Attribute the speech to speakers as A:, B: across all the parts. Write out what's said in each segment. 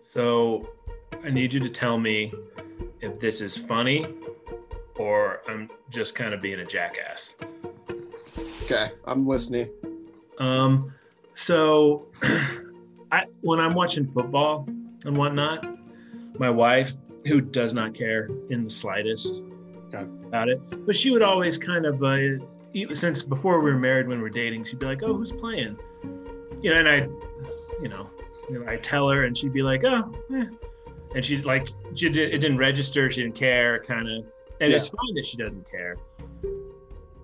A: So I need you to tell me if this is funny or I'm just kind of being a jackass.
B: Okay, I'm listening.
A: Um, so I when I'm watching football and whatnot, my wife, who does not care in the slightest
B: Okay.
A: about it, but she would always kind of uh, e- since before we were married when we were dating, she'd be like, "Oh, who's playing?" You know, and I, you know, you know, I tell her, and she'd be like, "Oh," eh." and she'd like she did, it didn't register, she didn't care, kind of, and it's fine that she doesn't care.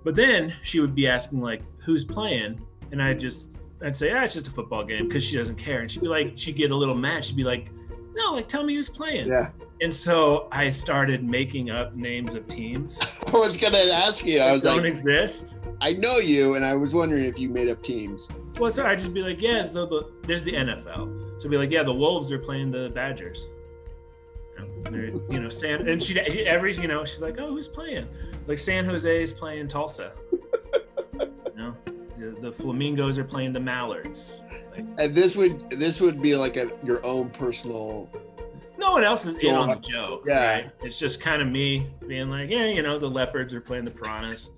A: But then she would be asking like, "Who's playing?" and I just I'd say, ah, it's just a football game because she doesn't care. And she'd be like, she'd get a little mad. She'd be like, no, like tell me who's playing.
B: Yeah.
A: And so I started making up names of teams
B: I was gonna ask you. I
A: that
B: was
A: don't
B: like,
A: exist.
B: I know you, and I was wondering if you made up teams.
A: Well, so I'd just be like, yeah, so the there's the NFL. So I'd be like, yeah, the Wolves are playing the Badgers. You know, they're- You know, San and she every you know she's like, oh, who's playing? Like San Jose's playing Tulsa. you know, the, the Flamingos are playing the Mallards.
B: And this would this would be like a your own personal.
A: no one else is in
B: Yeah.
A: on the joke.
B: Yeah.
A: Right? It's just kind of me being like, yeah, you know, the leopards are playing the piranhas.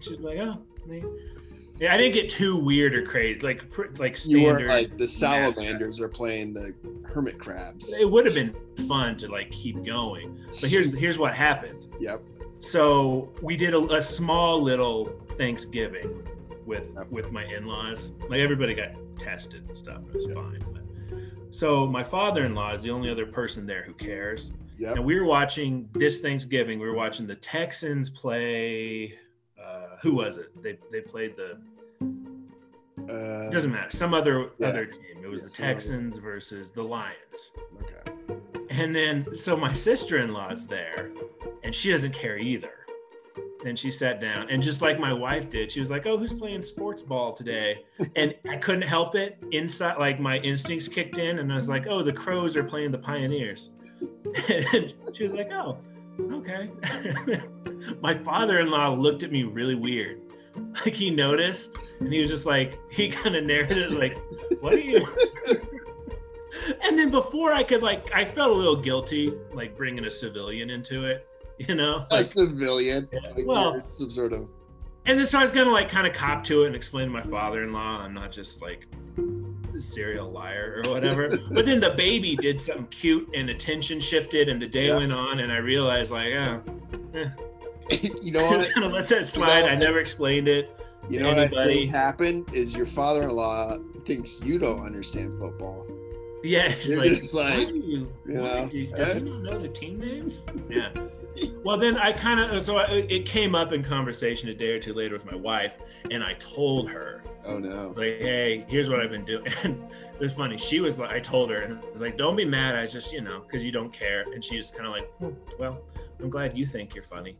A: She's like, oh, neat. yeah. I didn't get too weird or crazy, like pr- like
B: You were
A: standard.
B: like the salamanders are playing the hermit crabs.
A: it would have been fun to like keep going, but here's here's what happened.
B: Yep.
A: So we did a, a small little Thanksgiving with
B: Yep.
A: with my in-laws. Like everybody got tested and stuff. It was fine. But, so my father-in-law is the only other person there who cares.
B: Yep.
A: And we were watching this Thanksgiving. We were watching the Texans play. Uh, who was it? They they played the.
B: Uh,
A: Doesn't matter. Some other
B: Yeah.
A: other team. It was
B: Yeah,
A: the
B: some other-
A: Texans versus the Lions.
B: okay.
A: And then so my sister in law's there, and she doesn't care either. And she sat down, and just like my wife did, she was like, "Oh, who's playing sports ball today?" And I couldn't help it. Inside, like my instincts kicked in, and I was like, "Oh, the Crows are playing the Pioneers." And she was like, "Oh, okay." my father-in-law looked at me really weird, like he noticed, and he was just like, he kind of narrowed it, like, "What are you?" and then before I could, like, I felt a little guilty, like bringing a civilian into it, you know,
B: a
A: like
B: civilian. Like
A: well-
B: you're some sort of.
A: and then so I was gonna like kind of cop to it and explain to my father-in-law I'm not just like a serial liar or whatever. but then the baby did something cute and attention shifted and the day
B: Yeah.
A: went on and I realized like oh,
B: you know
A: I'm
B: what?
A: gonna let that slide. I never explained it.
B: You
A: to
B: know what I
A: anybody.
B: think happened is your father-in-law thinks you don't understand football.
A: Yeah, it's
B: You're
A: like,
B: just like,
A: why do you, why
B: you know,
A: do you- does he not know the team names? Yeah. Well, then I kind of so I, it came up in conversation a day or two later with my wife, and I told her
B: Oh no.
A: was like, hey, here's what I've been doing. And it was funny. She was like, I told her, and I was like, don't be mad. I just, you know, because you don't care. And she's kind of like, "Hmm, well, I'm glad you think you're funny.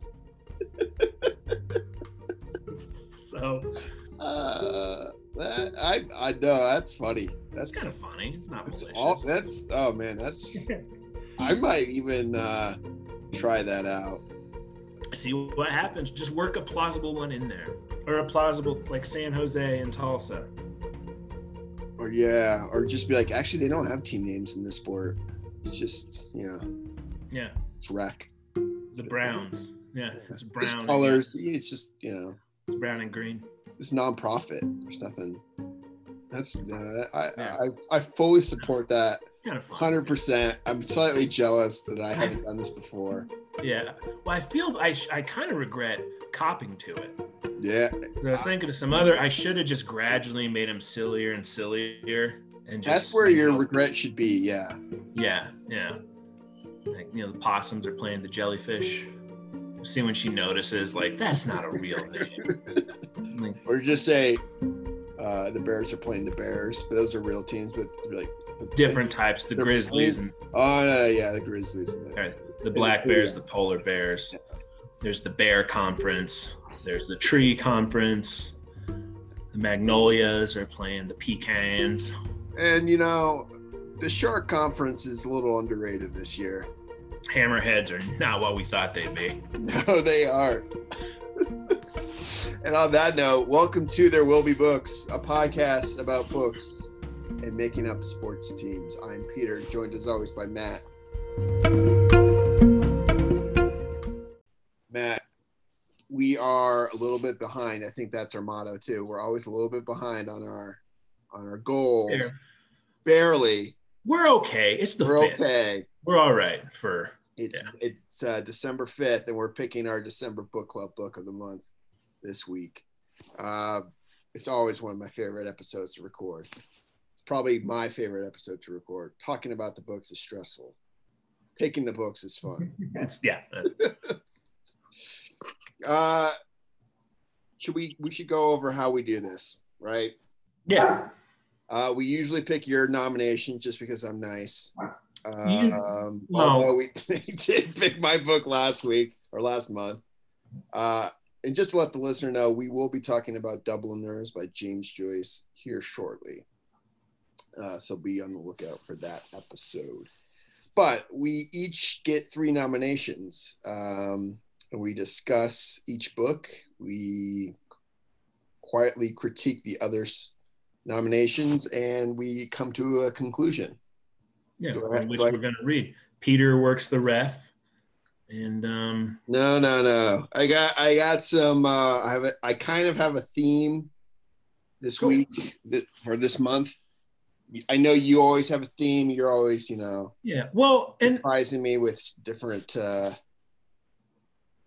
A: so
B: Uh, that, I I know that's funny.
A: it's kind
B: That's
A: of funny. It's not
B: that's
A: malicious.
B: all. That's oh man. That's I might even uh try that out.
A: See what happens. Just work a plausible one in there, or a plausible like San Jose and Tulsa.
B: Or yeah. Or just be like, actually, they don't have team names in this sport. It's just you know,
A: Yeah,
B: it's wreck.
A: the Browns. Yeah, it's
B: It's
A: brown.
B: colors. It's just you know,
A: It's brown and green.
B: it's nonprofit. There's nothing. That's uh, I,
A: Yeah.
B: I I fully support that.
A: Kind of fun.
B: Hundred percent. I'm slightly jealous that I haven't done this before.
A: Yeah. Well, I feel I sh- I kind of regret copping to it.
B: Yeah.
A: I was thinking of some other. I should have just gradually made him sillier and sillier, and just
B: That's where
A: you
B: your
A: know,
B: regret should be. Yeah.
A: yeah, yeah. Like you know, the possums are playing the jellyfish. See when she notices, like that's not a real name. Like,
B: or just say uh, the Bears are playing the Bears, but those are real teams. But like
A: different types: the
B: They're
A: grizzlies and
B: Oh no, yeah, the Grizzlies. and the-
A: the black bears, the polar bears. There's the bear conference. There's the tree conference. The magnolias are playing the pecans.
B: And you know, the Shark Conference is a little underrated this year.
A: Hammerheads are not what we thought they'd be.
B: No, Oh, they are. and on that note, welcome to There Will Be Books, a podcast about books. and making up sports teams. I'm Peter, joined as always by Matt. Matt, we are a little bit behind. I think that's our motto too. We're always a little bit behind on our on our goals.
A: Fair.
B: Barely.
A: We're okay. It's the
B: We're
A: fifth.
B: okay.
A: We're all right for
B: It's
A: Yeah.
B: it's uh, December fifth, and we're picking our December book club book of the month this week. Uh, it's always one of my favorite episodes to record. It's probably my favorite episode to record. Talking about the books is stressful. Picking the books is fun.
A: it's yeah. Mm-hmm.
B: Uh, should we we should go over how we do this, right?
A: Yeah.
B: Uh, we usually pick your nomination just because I'm nice.
A: You-
B: Um,
A: no.
B: Although we did pick my book last week or last month. Uh, and just to let the listener know, we will be talking about Dubliners by James Joyce here shortly. Uh, so be on the lookout for that episode. But we each get three nominations. Um, and we discuss each book. We quietly critique the others nominations and we come to a conclusion.
A: Yeah.
B: Do I-
A: Which
B: do I-
A: we're gonna read. Peter works the ref. And um
B: No, no, no. I got I got some uh I have a, I kind of have a theme this
A: Cool.
B: week th- or this month. I know you always have a theme. You're always, you know,
A: yeah. Well and
B: surprising me with different uh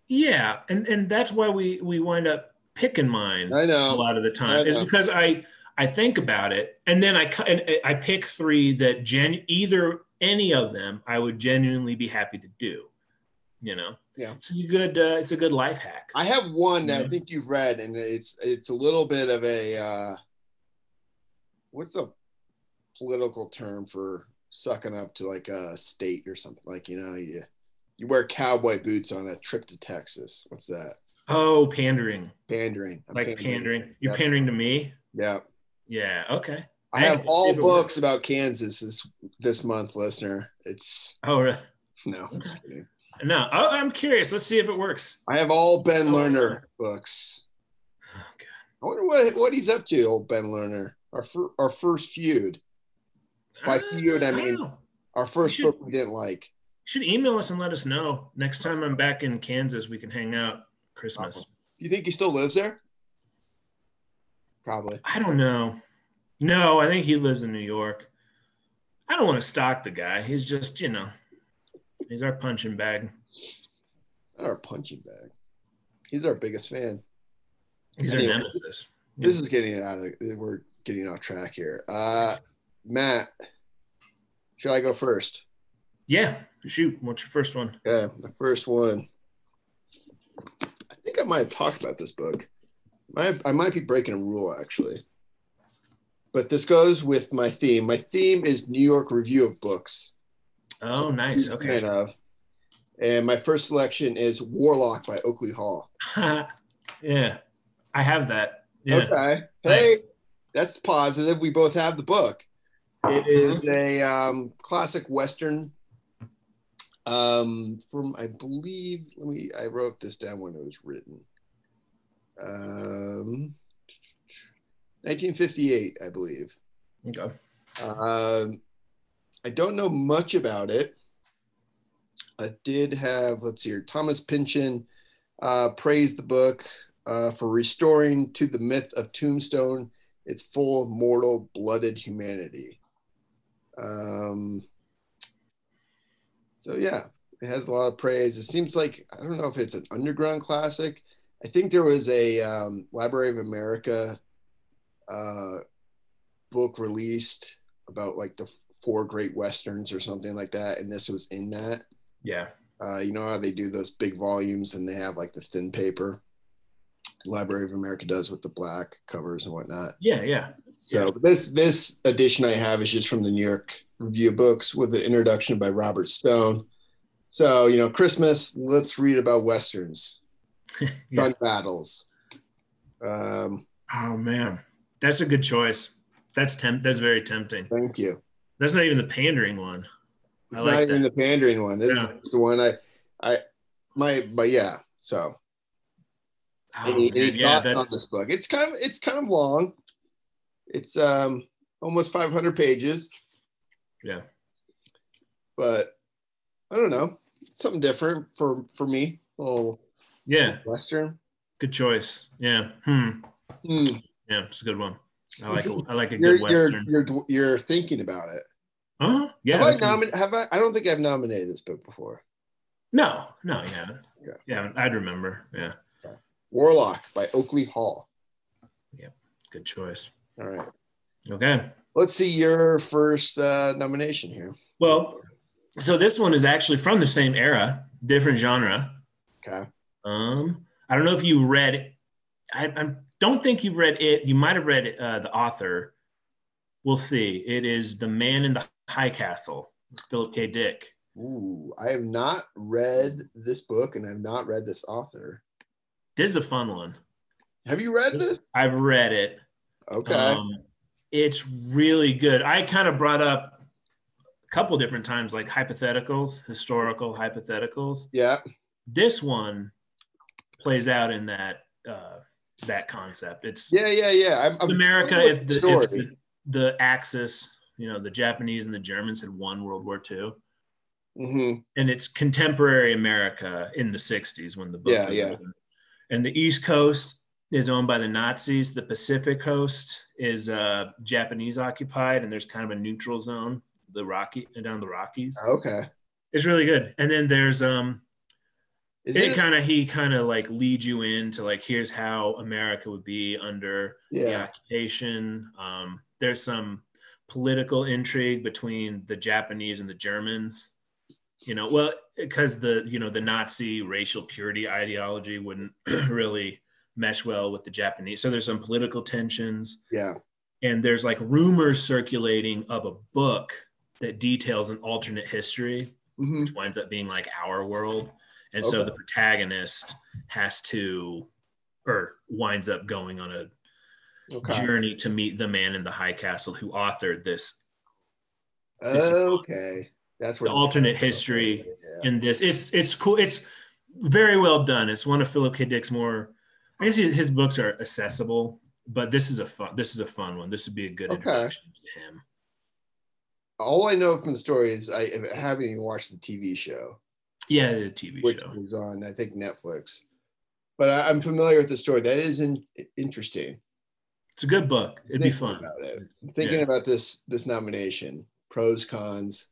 A: yeah, and and that's why we we wind up picking mine.
B: I
A: a
B: know.
A: lot of the
B: I
A: time is
B: know.
A: because I I think about it and then I cu- and I pick three that gen either any of them I would genuinely be happy to do, you know.
B: Yeah.
A: It's a good uh, it's a good life hack.
B: I have one that I
A: Yeah.
B: think you've read and it's it's a little bit of a uh what's a political term for sucking up to like a state or something like you know you you wear cowboy boots on a trip to Texas. What's that?
A: oh, pandering.
B: Pandering. I'm
A: like pandering. You're
B: Yep.
A: pandering to me?
B: Yeah.
A: Yeah, okay.
B: I
A: Thank
B: have
A: you.
B: all
A: Either way.
B: books about Kansas this this month, listener. It's
A: Oh, really?
B: no. I'm just kidding.
A: no. Oh, I'm curious. Let's see if it works.
B: I have all Ben Lerner books.
A: Oh, God.
B: I wonder what what he's up to, old Ben Lerner. Our fir- our first feud, By feud, I
A: Uh, don't
B: mean-
A: know.
B: our first
A: should-
B: book we didn't like.
A: You should email us and let us know. Next time I'm back in Kansas, we can hang out Christmas.
B: You think he still lives there? Probably.
A: I don't know. No, I think he lives in New York. I don't want to stalk the guy. He's just, you know, he's our punching bag.
B: Not our punching bag. He's our biggest fan.
A: He's
B: Anyway.
A: our nemesis.
B: This is getting out of we're getting off track here. Uh Matt, should I go first?
A: Yeah. Shoot. What's your first one?
B: Yeah, the first one. I think I might have talked about this book. Might I might be breaking a rule actually. But this goes with my theme. My theme is New York Review of Books.
A: Oh, nice. Okay.
B: Fan of. And my first selection is Warlock by Oakley Hall.
A: yeah. I have that. Yeah.
B: Okay. Hey,
A: Nice.
B: that's positive. We both have the book. It is a um, classic western um, from, I believe. Let me. I wrote this down when it was written. Um, 1958, I believe.
A: Okay.
B: Um, I don't know much about it. I did have, let's see here, Thomas Pynchon uh, praised the book uh, for restoring to the myth of Tombstone its full mortal blooded humanity. Um, so, yeah, it has a lot of praise. It seems like, I don't know if it's an underground classic. I think there was a um, Library of America uh, book released about like the four great westerns or something like that and this was in that
A: Yeah.
B: uh, you know how they do those big volumes and they have like the thin paper library of america does with the black covers and whatnot
A: Yeah. Yeah.
B: so
A: Yeah.
B: this this edition i have is just from the new york review of books with the introduction by robert stone so you know christmas let's read about westerns
A: Yeah.
B: gun battles um,
A: Oh, man. That's a good choice. That's temp- That's very tempting.
B: thank you
A: That's not even the pandering one. I
B: It's
A: like
B: not even
A: that.
B: the pandering one. This
A: Yeah.
B: is the one I, I, my, but yeah. So
A: Oh,
B: any,
A: man,
B: any
A: yeah.
B: thoughts on
A: That's,
B: this book? It's kind of, it's kind of long. It's um, almost 500 pages.
A: Yeah.
B: But I don't know, something different for for me. A little
A: Yeah.
B: western.
A: Good choice. Yeah. Hmm.
B: Hmm.
A: Yeah. It's a good one. I like. A, I like a
B: You're,
A: good
B: you're
A: western.
B: you're d- you're thinking about it.
A: Huh? Yeah.
B: have I
A: that's a-
B: nominated? Have I? I don't think I've nominated this book before.
A: no. No. You haven't.
B: Yeah.
A: You haven't. I'd remember. Yeah.
B: Warlock by Oakley Hall.
A: Good choice.
B: All right.
A: Okay.
B: Let's see your first uh, nomination here.
A: Well, so this one is actually from the same era, different genre.
B: Okay.
A: Um, I don't know if you've read. I, I don't think you've read it. You might have read uh, the author. We'll see. It is the Man in the High Castle, Philip K. Dick.
B: Ooh, I have not read this book, and I've not read this author.
A: This is a fun one.
B: Have you read
A: This-
B: this?
A: I've read it.
B: Okay.
A: Um, it's really good. I kind of brought up a couple different times, like hypotheticals, historical hypotheticals.
B: yeah.
A: this one plays out in that uh, that concept. It's
B: Yeah. Yeah. Yeah. I'm, I'm
A: America
B: familiar
A: if
B: with
A: the,
B: the
A: if the the Axis, you know, the Japanese and the Germans had won World War II,
B: Mhm.
A: and it's contemporary America in the '60s when the book
B: Yeah,
A: was
B: yeah.
A: written. And the East Coast is owned by the Nazis. The Pacific Coast is uh, Japanese occupied, and there's kind of a neutral zone, the Rocky down the Rockies.
B: Okay.
A: It's really good. And then there's um,
B: Is
A: it
B: it?
A: kind of he kind of like leads you into like here's how america would be under the
B: yeah.
A: occupation um, there's some political intrigue between the japanese and the germans you know well because the you know the nazi racial purity ideology wouldn't really mesh well with the japanese so there's some political tensions
B: Yeah.
A: and there's like rumors circulating of a book that details an alternate history
B: hmm
A: which winds up being like our world. And so
B: Okay.
A: the protagonist has to or winds up going on a
B: Okay.
A: journey to meet the man in the high castle who authored this
B: Okay. That's where
A: the alternate history
B: Yeah.
A: in this. It's it's cool. It's very well done. It's one of Philip K. Dick's more I guess his his books are accessible, but this is a fun this is a fun one. This would be a good
B: Okay.
A: introduction to him.
B: All I know from the story is I haven't even watched the TV show,
A: Yeah, the TV
B: which
A: show.
B: was on I think Netflix, but I, I'm familiar with the story. That is in, interesting.
A: It's a good book. It'd be
B: Thinking
A: fun.
B: about it. Thinking
A: Yeah.
B: about this this nomination, pros cons.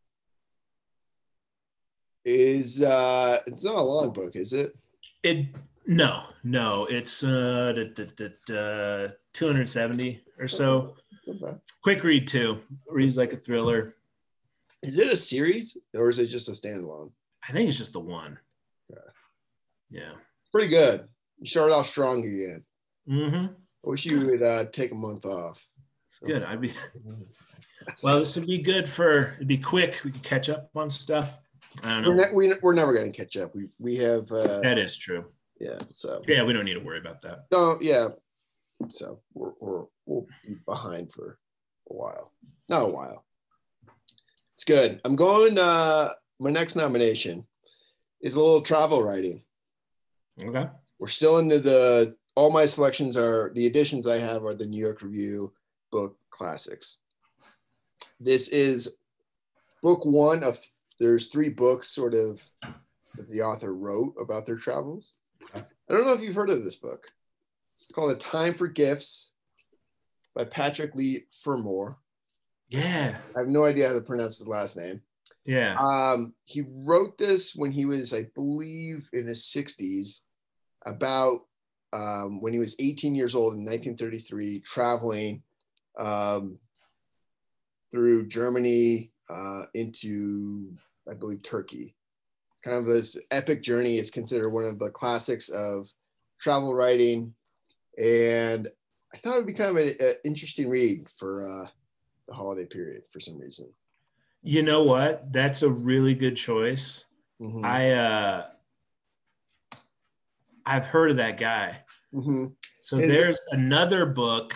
B: Is uh it's not a long book, is it?
A: It no, no, it's uh, da, da, da, da, 270 or so.
B: Okay.
A: Quick read too. Reads like a thriller.
B: Is it a series or is it just a standalone?
A: I think it's just the one.
B: Yeah.
A: Yeah.
B: Pretty good. You started off strong again.
A: Mm-hmm.
B: I wish you would uh, take a month off.
A: Good. I'd be well. This would be good for. It'd be quick. We could catch up on stuff. I
B: We're,
A: don't know.
B: ne- we, we're never going to catch up. We we have uh,
A: That is true.
B: yeah. So
A: Yeah, we don't need to worry about that.
B: no yeah. So we're, we're we'll be behind for a while. Not a while. It's good. I'm going. Uh, my next nomination is a little travel writing.
A: Okay.
B: We're still into the. All my selections are the editions I have are the New York Review book classics. This is book one of there's three books sort of that the author wrote about their travels. I don't know if you've heard of this book. It's called A Time for Gifts by Patrick Lee Fermor.
A: Yeah.
B: I have no idea how to pronounce his last name.
A: Yeah.
B: Um, he wrote this when he was, I believe, in his 60s, about um, when he was 18 years old in 1933, traveling um, through Germany uh, into, I believe, Turkey. Kind of this epic journey is considered one of the classics of travel writing. And I thought it would be kind of an uh, interesting read for uh, the holiday period for some reason.
A: You know what? That's a really good choice.
B: Mhm.
A: I uh, I've heard of that guy.
B: Mhm.
A: So
B: Is it-
A: there's another book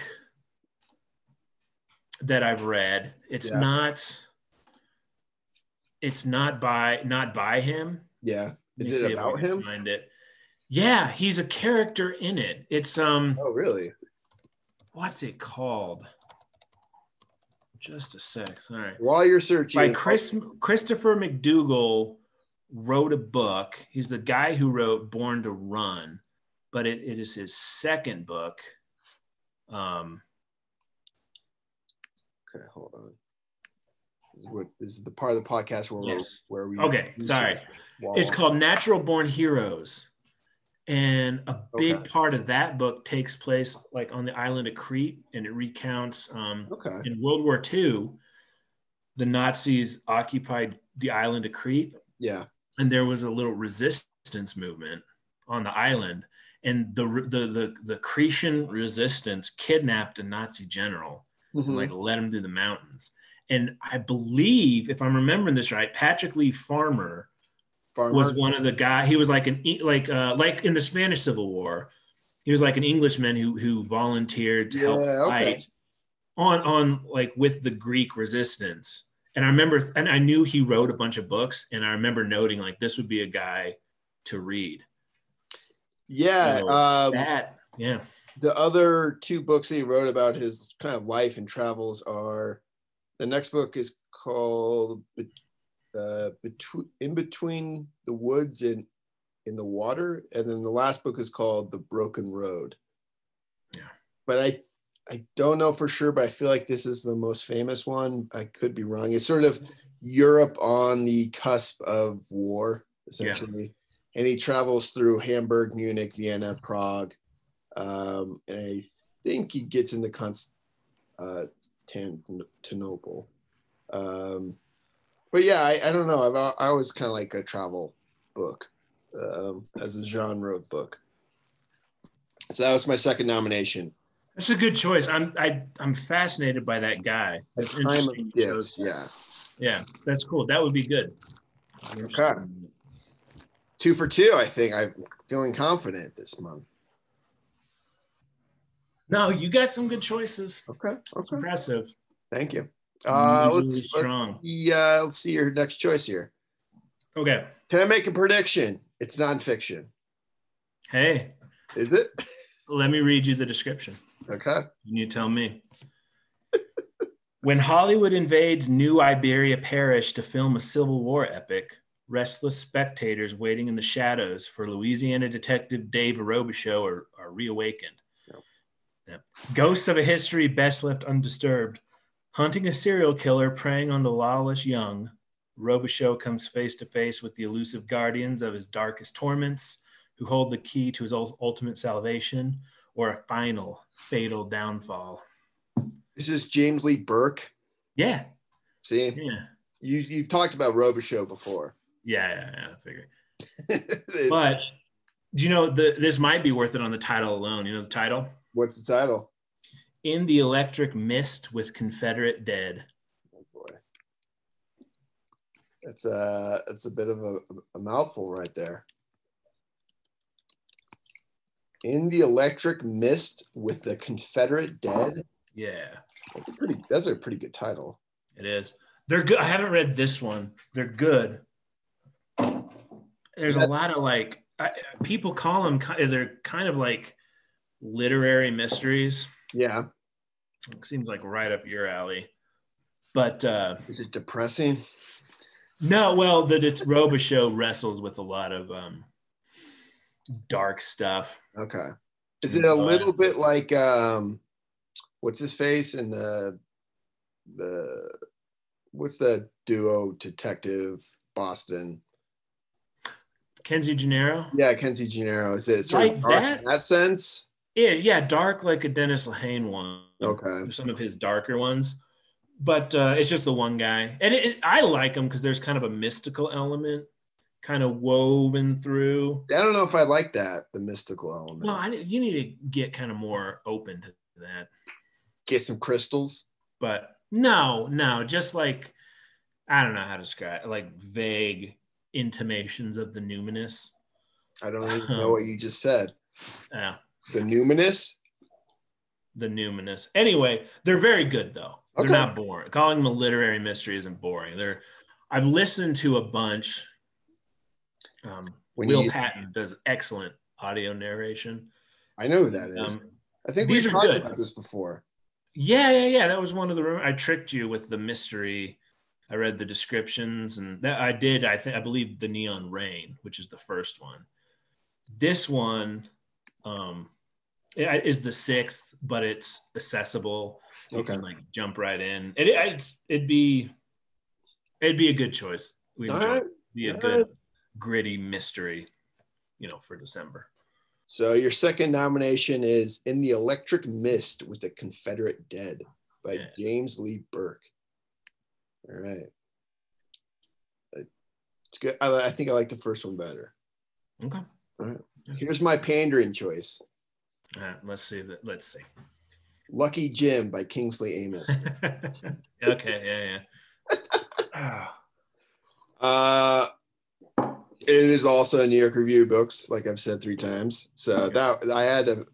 A: that I've read. It's
B: Yeah.
A: not it's not by not by him.
B: Yeah.
A: Let
B: Is
A: me
B: it
A: see if I
B: about
A: can
B: him?
A: Find it. Yeah, he's a character in it. It's um
B: Oh, really?
A: what's it called? Just a sec. All right.
B: While you're searching,
A: By Chris Christopher McDougall wrote a book. He's the guy who wrote Born to Run, but it, it is his second book. Um,
B: okay, hold on. This is, what, this is the part of the podcast where
A: Yes.
B: we're, where we
A: Okay, sorry.
B: Wow.
A: It's called Natural Born Heroes. And a big
B: Okay.
A: part of that book takes place like on the island of Crete and it recounts um,
B: okay.
A: in World War II, the Nazis occupied the island of Crete
B: Yeah,
A: and there was a little resistance movement on the island. And the, the, the, the Cretan resistance kidnapped a Nazi general and
B: Mhm.
A: like led him through the mountains. And I believe, if I'm remembering this right, Patrick Lee Farmer
B: farmer.
A: was one of the guy. He was like an E- like uh, like in the Spanish Civil War. He was like an Englishman who who volunteered to help
B: Yeah, okay.
A: fight on on like with the Greek resistance. And I remember, and I knew he wrote a bunch of books, and I remember noting like this would be a guy to read.
B: yeah,
A: So,
B: um,
A: That yeah,
B: the other two books that he wrote about his kind of life and travels are the next book is called Be- uh, between in between the woods and in the water and then the last book is called the broken road
A: Yeah.
B: but i i don't know for sure but i feel like this is the most famous one i could be wrong it's sort of europe on the cusp of war essentially and he travels through hamburg munich vienna prague um, and I think he gets into uh, Constantinople. Um, but yeah, I, I don't know. I've, al- I always kind of like a travel book um, as a genre of book. So that was my second nomination.
A: that's a good choice. I'm I I'm fascinated by that guy.
B: A
A: That's
B: time
A: interesting
B: of
A: you chose
B: gifts. Yeah.
A: Yeah, that's cool. That would be good.
B: Okay. Two for two, I think. I'm feeling confident this month.
A: No, you got some good choices.
B: Okay.
A: It's
B: Okay.
A: impressive.
B: Thank you. Uh,
A: Really
B: let's, let's,
A: strong.
B: see, uh, let's see your next choice here.
A: Okay.
B: Can I make a prediction? It's nonfiction.
A: Hey,
B: Is it?
A: let me read you the description.
B: Okay.
A: and You tell me. when Hollywood invades New Iberia Parish to film a Civil War epic, restless spectators waiting in the shadows for Louisiana detective Dave Robichaux are, are reawakened.
B: Yep.
A: Yep. Ghosts of a history best left undisturbed, hunting a serial killer preying on the lawless young. Robichaux comes face to face with the elusive guardians of his darkest torments, who hold the key to his ul- ultimate salvation or a final fatal downfall.
B: This is James Lee Burke.
A: Yeah,
B: See,
A: yeah,
B: you you've talked about Robichaux before.
A: yeah, yeah. yeah I figure.
B: It's-
A: But do you know the this might be worth it on the title alone? You know the title
B: what's the title?
A: in the electric mist with Confederate dead.
B: Oh boy, that's a that's a bit of a, a mouthful right there. In the electric mist with the Confederate dead.
A: Yeah,
B: That's a pretty. That's a pretty good title.
A: it is. They're good. I haven't read this one. They're good. There's a lot of like I, people call them. ki- They're kind of like literary mysteries.
B: Yeah.
A: It seems like right up your alley. But uh,
B: Is it depressing?
A: No, well, the Det- Robichaux wrestles with a lot of um, dark stuff.
B: Okay. Is it a little bit like um, what's his face in the the with the duo detective Boston?
A: Kenzie Gennaro?
B: Yeah, Kenzie Gennaro. Is it sort
A: Like
B: of dark
A: that?
B: in that sense?
A: Yeah, yeah, dark like a Dennis Lehane one.
B: Okay.
A: Some of his darker ones. But uh, it's just the one guy. And it, it- I like him because there's kind of a mystical element kind of woven through.
B: I don't know if I like that the mystical element.
A: Well, I, you need to get kind of more open to that.
B: Get some crystals.
A: but no, no, just like I don't know how to describe like vague intimations of the numinous.
B: I don't even know what you just said.
A: Uh,
B: The numinous.
A: the numinous. Anyway, they're very good though. They're
B: Okay.
A: not boring. Calling them a literary mystery isn't boring. They're I've listened to a bunch. Um,
B: When
A: Will
B: you-
A: Patton does excellent audio narration.
B: I know who that is.
A: Um,
B: I think
A: these
B: we've
A: are
B: talked
A: good.
B: about this before.
A: Yeah, yeah, yeah. That was one of the. rem- I tricked you with the mystery. I read the descriptions, and that I did. I think I believe the Neon Rain, which is the first one. This one um, i- is the sixth, but it's accessible. You
B: Okay.
A: can, like jump right in. It, it it'd be it'd be a good choice. We
B: All
A: enjoy. it.
B: right.
A: Be a
B: All
A: good gritty mystery, you know, for December.
B: So your second nomination is In the Electric Mist with the Confederate Dead by
A: Yeah.
B: James Lee Burke. All right. Uh, It's good. I, I think I like the first one better.
A: Okay. All
B: Here's my pandering choice.
A: right. Let's see. That. Let's see.
B: Lucky Jim by Kingsley Amos.
A: okay. Yeah. Yeah. Ah.
B: Uh, it is also a New York Review books, like I've said three times. So that I had to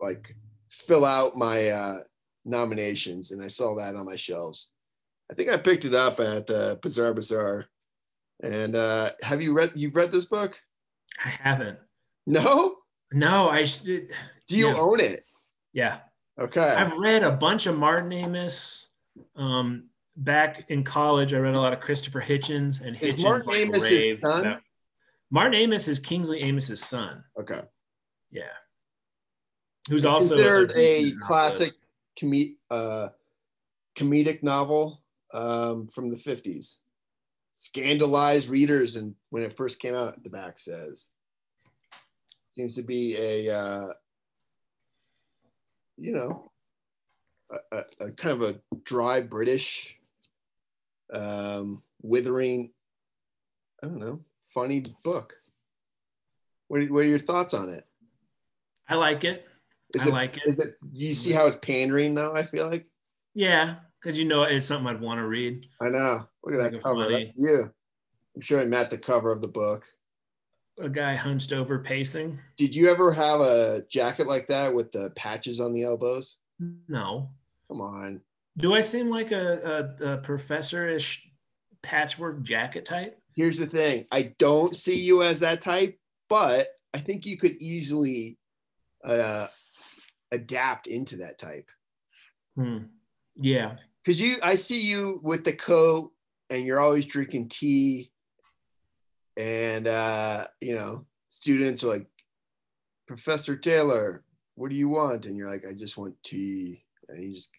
B: like fill out my uh, nominations, and I saw that on my shelves. I think I picked it up at uh, Bazaar Bazaar. And uh, have you read? You've read this book?
A: I haven't.
B: No.
A: No, I should.
B: Do you
A: No.
B: own it?
A: Yeah,
B: Okay.
A: I've read a bunch of Martin Amis. Um, back in college, I read a lot of Christopher Hitchens, and
B: Is
A: Hitchens
B: Martin
A: like,
B: Amis his
A: raved
B: son?
A: about- Martin Amis is Kingsley Amos's son.
B: okay.
A: Yeah, who's
B: It's
A: also
B: considered a
A: decent novelist.
B: classic Comed- uh, comedic novel um, from the 50s. Scandalized readers, and when it first came out, the back says. Seems to be a, uh, you know, a, a, a kind of a dry British, um, withering, I don't know, funny book. What are, what are your thoughts on it?
A: I like it.
B: Is
A: I
B: it
A: like it.
B: is it you see how it's pandering though? I feel like
A: Yeah, because you know it's something I'd want to read.
B: I know. Look
A: It's like
B: at that
A: a
B: cover.
A: funny-
B: That's you. I'm showing Matt the cover of the book.
A: A guy hunched over pacing.
B: Did you ever have a jacket like that with the patches on the elbows?
A: No,
B: Come on.
A: do I seem like a, a, a professor-ish patchwork jacket type?
B: Here's the thing. I don't see you as that type, but I think you could easily uh, adapt into that type.
A: Hmm. Yeah.
B: Cause you, I see you with the coat, and you're always drinking tea, and uh, you know, students are like, Professor Taylor, what do you want? And you're like, I just want tea, and you just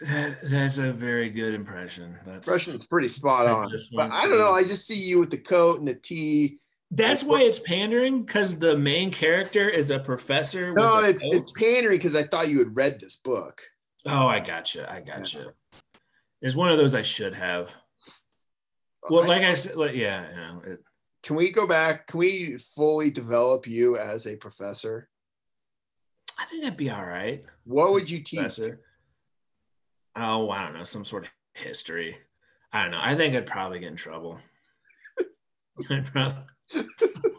A: That, that's a very good impression. That's
B: Russian's pretty spot
A: I
B: on.
A: just
B: But
A: want
B: I don't know.
A: tea.
B: I just see you with the coat and the tea.
A: that's why it's pandering because the main character is a professor. with
B: No,
A: a
B: it's
A: coat.
B: it's pandering because I thought you had read this book.
A: oh, I gotcha. I gotcha. It's one of those I should have. Well,
B: I-
A: like I said, like, yeah, you know, it,
B: can we go back? Can we fully develop you as a professor?
A: I think that'd be all right.
B: What would you teach?
A: Professor. Oh, I don't know, some sort of history. I don't know. I think I'd probably get in trouble. I'd probably.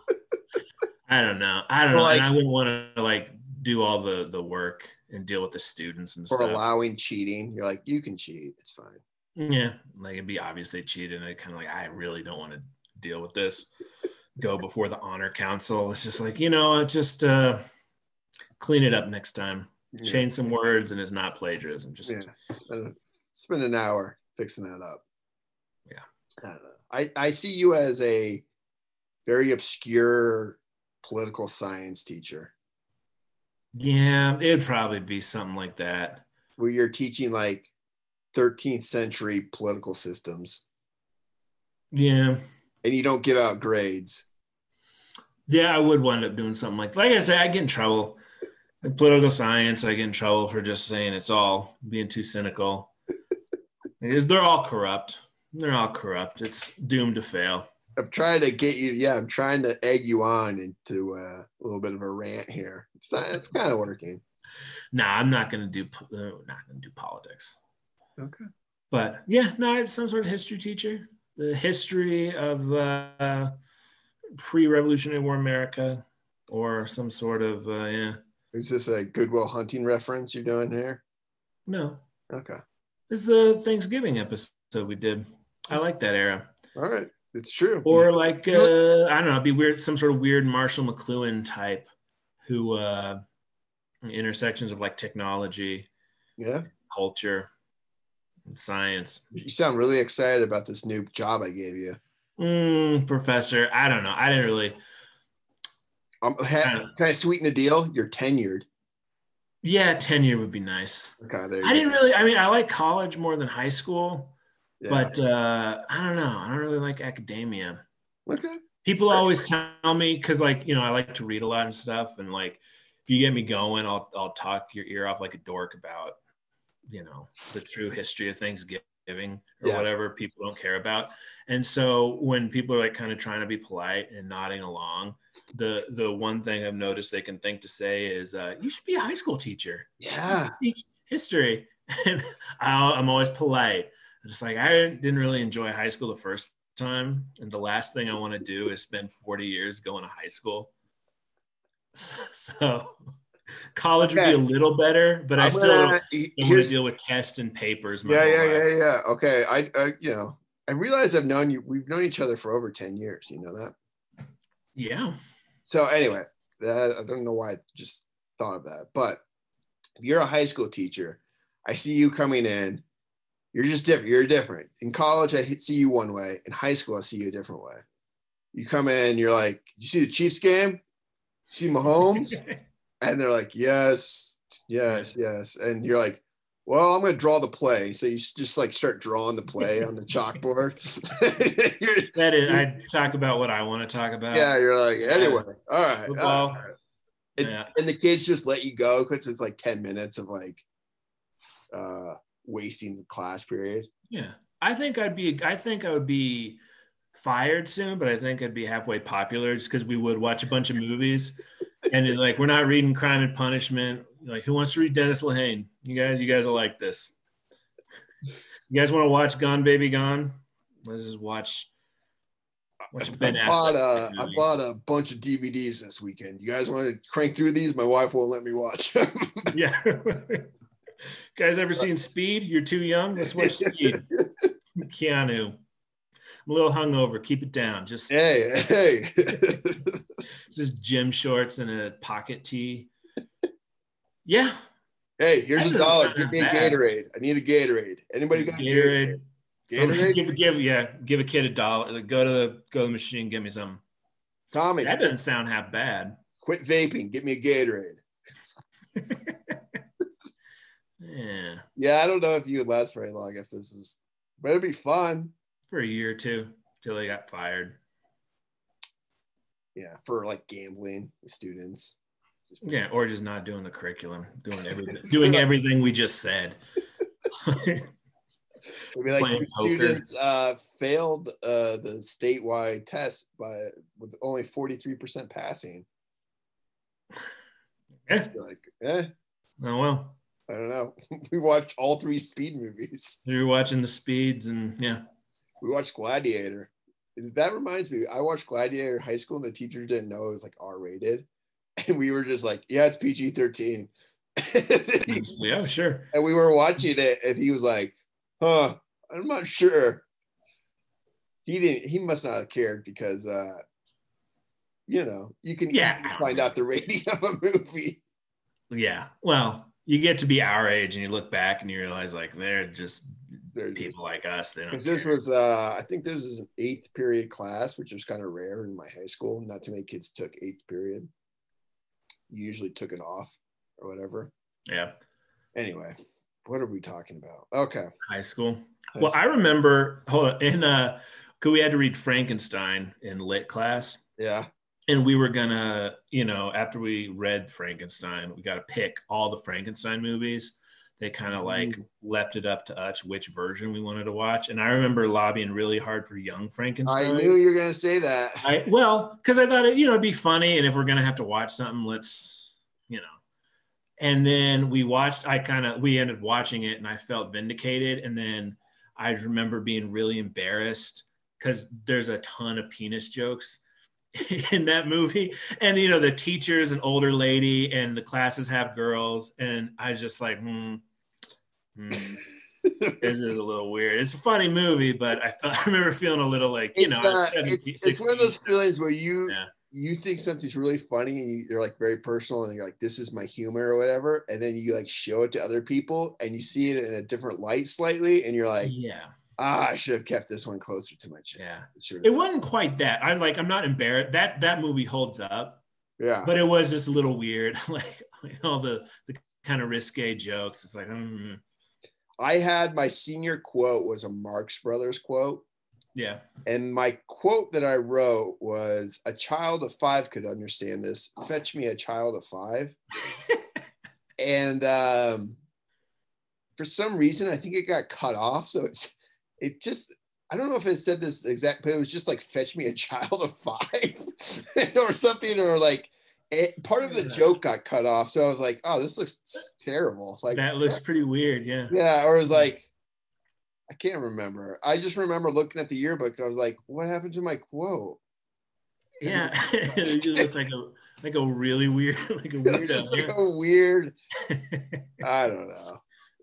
A: I don't know. I don't
B: For
A: know.
B: like-
A: and I wouldn't want to like do all the the work and deal with the students and
B: for
A: stuff.
B: allowing cheating. You're like, you can cheat. It's fine.
A: Yeah, like it'd be obvious they cheated. And I kind of like, I really don't want to deal with this. Go before the honor council. It's just like you know, just uh, clean it up next time. Change some words, and it's not plagiarism. Just
B: Yeah. Spend, spend an hour fixing that up.
A: Yeah.
B: I don't know. I, I see you as a very obscure political science teacher
A: yeah, it'd probably be something like that.
B: where you're teaching like 13th century political systems
A: Yeah,
B: and you don't give out grades.
A: Yeah, I would wind up doing something like like I said, I get in trouble. In political science, I get in trouble for just saying it's all being too cynical. Because they're all corrupt. They're all corrupt. It's doomed to fail.
B: I'm trying to get you. Yeah, I'm trying to egg you on into uh, a little bit of a rant here. It's, not, it's kind of working.
A: Nah, I'm not gonna do po- uh, not gonna do politics.
B: Okay.
A: But yeah, no, I'm some sort of history teacher. The history of uh, pre-Revolutionary War America, or some sort of uh, yeah.
B: Is this a Goodwill Hunting reference you're doing here?
A: No,
B: Okay.
A: this is the Thanksgiving episode we did. I like that era.
B: All right. It's true.
A: or like
B: You know
A: uh, I don't know, it'd be weird, some sort of weird Marshall McLuhan type who uh, the intersections of like technology,
B: Yeah.
A: culture, and science.
B: You sound really excited about this new job I gave you.
A: Mm, professor, I don't know. I didn't really.
B: Um, ha- can I sweeten the deal? You're tenured.
A: Yeah, tenure would be nice.
B: Okay, there you
A: I
B: go.
A: didn't really. I mean, I like college more than high school,
B: Yeah.
A: but uh, I don't know. I don't really like academia.
B: okay.
A: People always tell me because, like, you know, I like to read a lot and stuff, and like, if you get me going, I'll I'll talk your ear off like a dork about, you know, the true history of Thanksgiving or
B: Yeah.
A: whatever people don't care about. And so when people are like kind of trying to be polite and nodding along, the the one thing I've noticed they can think to say is, uh, "You should be a high school teacher."
B: Yeah.
A: history. And I, I'm always polite. I'm just like, I didn't really enjoy high school the first time. And the last thing I want to do is spend 40 years going to high school. So college would be a
B: Okay.
A: little better, but i
B: I'm
A: still
B: gonna- he-
A: don't want to
B: here's-
A: deal with tests and papers. my
B: yeah,
A: whole
B: yeah,
A: life.
B: yeah, yeah. Okay. I, I, you know, I realize I've known you. We've known each other for over ten years. You know that.
A: Yeah.
B: So anyway, that, I don't know why I just thought of that, but if you're a high school teacher, I see you coming in. You're just different. You're different. In college, I see you one way. In high school, I see you a different way. You come in, you're like, you see the Chiefs game, see Mahomes, and they're like, yes, yes, yes, and you're like. Well, I'm going to draw the play. So you s- just like start drawing the play on the chalkboard. You're-
A: that is, I talk about what I want to talk about.
B: yeah, you're like, anyway, all right. all right."
A: Football.
B: It-
A: yeah.
B: and the kids just let you go because it's like 10 minutes of like uh wasting the class period
A: Yeah. I think I'd be I think I would be fired soon, but I think I'd be halfway popular just because we would watch a bunch of movies and it, like we're not reading crime and punishment. Like who wants to read Dennis Lehane? You guys you guys will like this. You guys want to watch Gone Baby Gone? Let's just watch watch Ben
B: I, bought
A: Affleck
B: a, I
A: movie.
B: bought a bunch of dvds this weekend you guys want to crank through these my wife won't let me watch them
A: Yeah. guys ever seen Speed? You're too young. Let's watch Speed. Keanu. I'm a little hungover. Keep it down. Just
B: hey hey
A: just gym shorts and a pocket tee. Yeah,
B: hey here's
A: That doesn't
B: a dollar
A: sound
B: give me a
A: bad.
B: gatorade i need a gatorade anybody got a gatorade
A: Gatorade. Somebody
B: Gatorade?
A: Give, give yeah, give a kid a dollar. Like, go to the go to the machine, give me something.
B: tommy
A: That doesn't sound half bad.
B: quit vaping give me a gatorade
A: Yeah,
B: yeah i don't know if you would last very long if this is but it'd be fun
A: for a year or two till they got fired.
B: yeah for like gambling with students
A: Yeah, or just not doing the curriculum, doing everything, doing everything we just said.
B: It'd be like
A: Playing
B: two
A: poker.
B: students uh, failed uh, the statewide test by with only forty three percent passing.
A: Yeah.
B: You're Like, eh,
A: oh well,
B: I don't know. we watched all three Speed movies.
A: you're watching the speeds and yeah,
B: We watched Gladiator. That reminds me, I watched Gladiator in high school, and the teacher didn't know it was like R rated, and we were just like, yeah, it's PG thirteen. and
A: yeah, oh, sure.
B: we were watching it, and he was like, huh, I'm not sure. He didn't. He must not have cared because, uh, you know, you can
A: Yeah,
B: easily
A: I don't
B: find
A: know.
B: out the rating of a movie.
A: Yeah, well, you get to be our age and you look back and you realize like they're just
B: There it is.
A: people like us. They don't.
B: 'Cause this
A: care.
B: was, uh, I think this is an eighth period class, which was kind of rare in my high school. Not too many kids took eighth period. You usually took it off or whatever.
A: yeah,
B: Anyway, what are we talking about? Okay.
A: high school.
B: High
A: Well,
B: school.
A: I remember hold on, in uh, 'cause we had to read Frankenstein in lit class,
B: Yeah.
A: and we were gonna, you know, after we read Frankenstein, we got to pick all the Frankenstein movies. They kind of like
B: Mm.
A: left it up to us which version we wanted to watch, and I remember lobbying really hard for Young
B: I
A: Frankenstein.
B: knew you were going to say that.
A: I well, because I thought it, you know, it'd be funny, and if we're gonna have to watch something, let's, you know. And then we watched. I kind of we ended watching it, and I felt vindicated. And then I remember being really embarrassed because there's a ton of penis jokes in that movie, and you know, the teacher's an older lady, and the classes have girls, and I was just like, hmm. hmm, this is a little weird. It's a funny movie, but I, felt, I remember feeling a little like, you know, I was
B: uh,
A: 17,
B: it's, it's one of
A: 16.
B: those feelings where you
A: Yeah.
B: you think something's really funny and you, you're like very personal and you're like this is my humor or whatever and then you like show it to other people and you see it in a different light slightly and you're like
A: yeah.
B: ah i should have kept this one closer to my chest
A: Yeah.
B: It should have-
A: It wasn't quite that. I'm like, I'm not embarrassed. That that movie holds up,
B: yeah
A: but it was just a little weird. Like all the the kind of risque jokes. It's like, mm,
B: i had my senior quote was a marx brothers quote
A: yeah,
B: And my quote that I wrote was a child of five could understand this. Fetch me a child of five. and um, for some reason, I think it got cut off. So it's, it just, I don't know if it said this exact, but it was just like, fetch me a child of five or something, or like, it, part of the
A: Yeah.
B: joke got cut off. So I was like, oh, this looks terrible. Like,
A: that looks pretty weird. Yeah,
B: yeah, or it was like, I can't remember. I just remember looking at the yearbook. I was like, what happened to my quote?
A: yeah. it just looked like a like a really weird like a
B: It's just
A: weirdo.
B: like
A: yeah.
B: a weird. I don't know.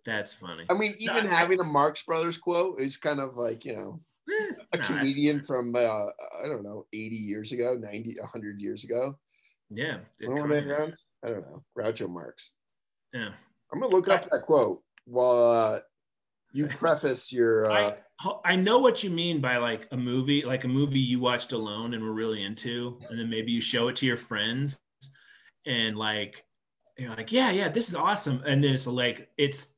A: That's funny.
B: I mean, even
A: I-
B: having a Marx Brothers quote is kind of like you know
A: Eh,
B: a
A: nah, that's-
B: comedian from uh, I don't know, 80 years ago, 90, 100 years ago.
A: Yeah. it
B: When were they
A: kind of-
B: around? I don't know. Groucho Marx.
A: Yeah.
B: I'm gonna look up that quote while uh, you preface your. Uh,
A: I, I know what you mean by like a movie, like a movie you watched alone and were really into, and then maybe you show it to your friends, and like you're like, yeah, yeah, this is awesome, and then it's like it's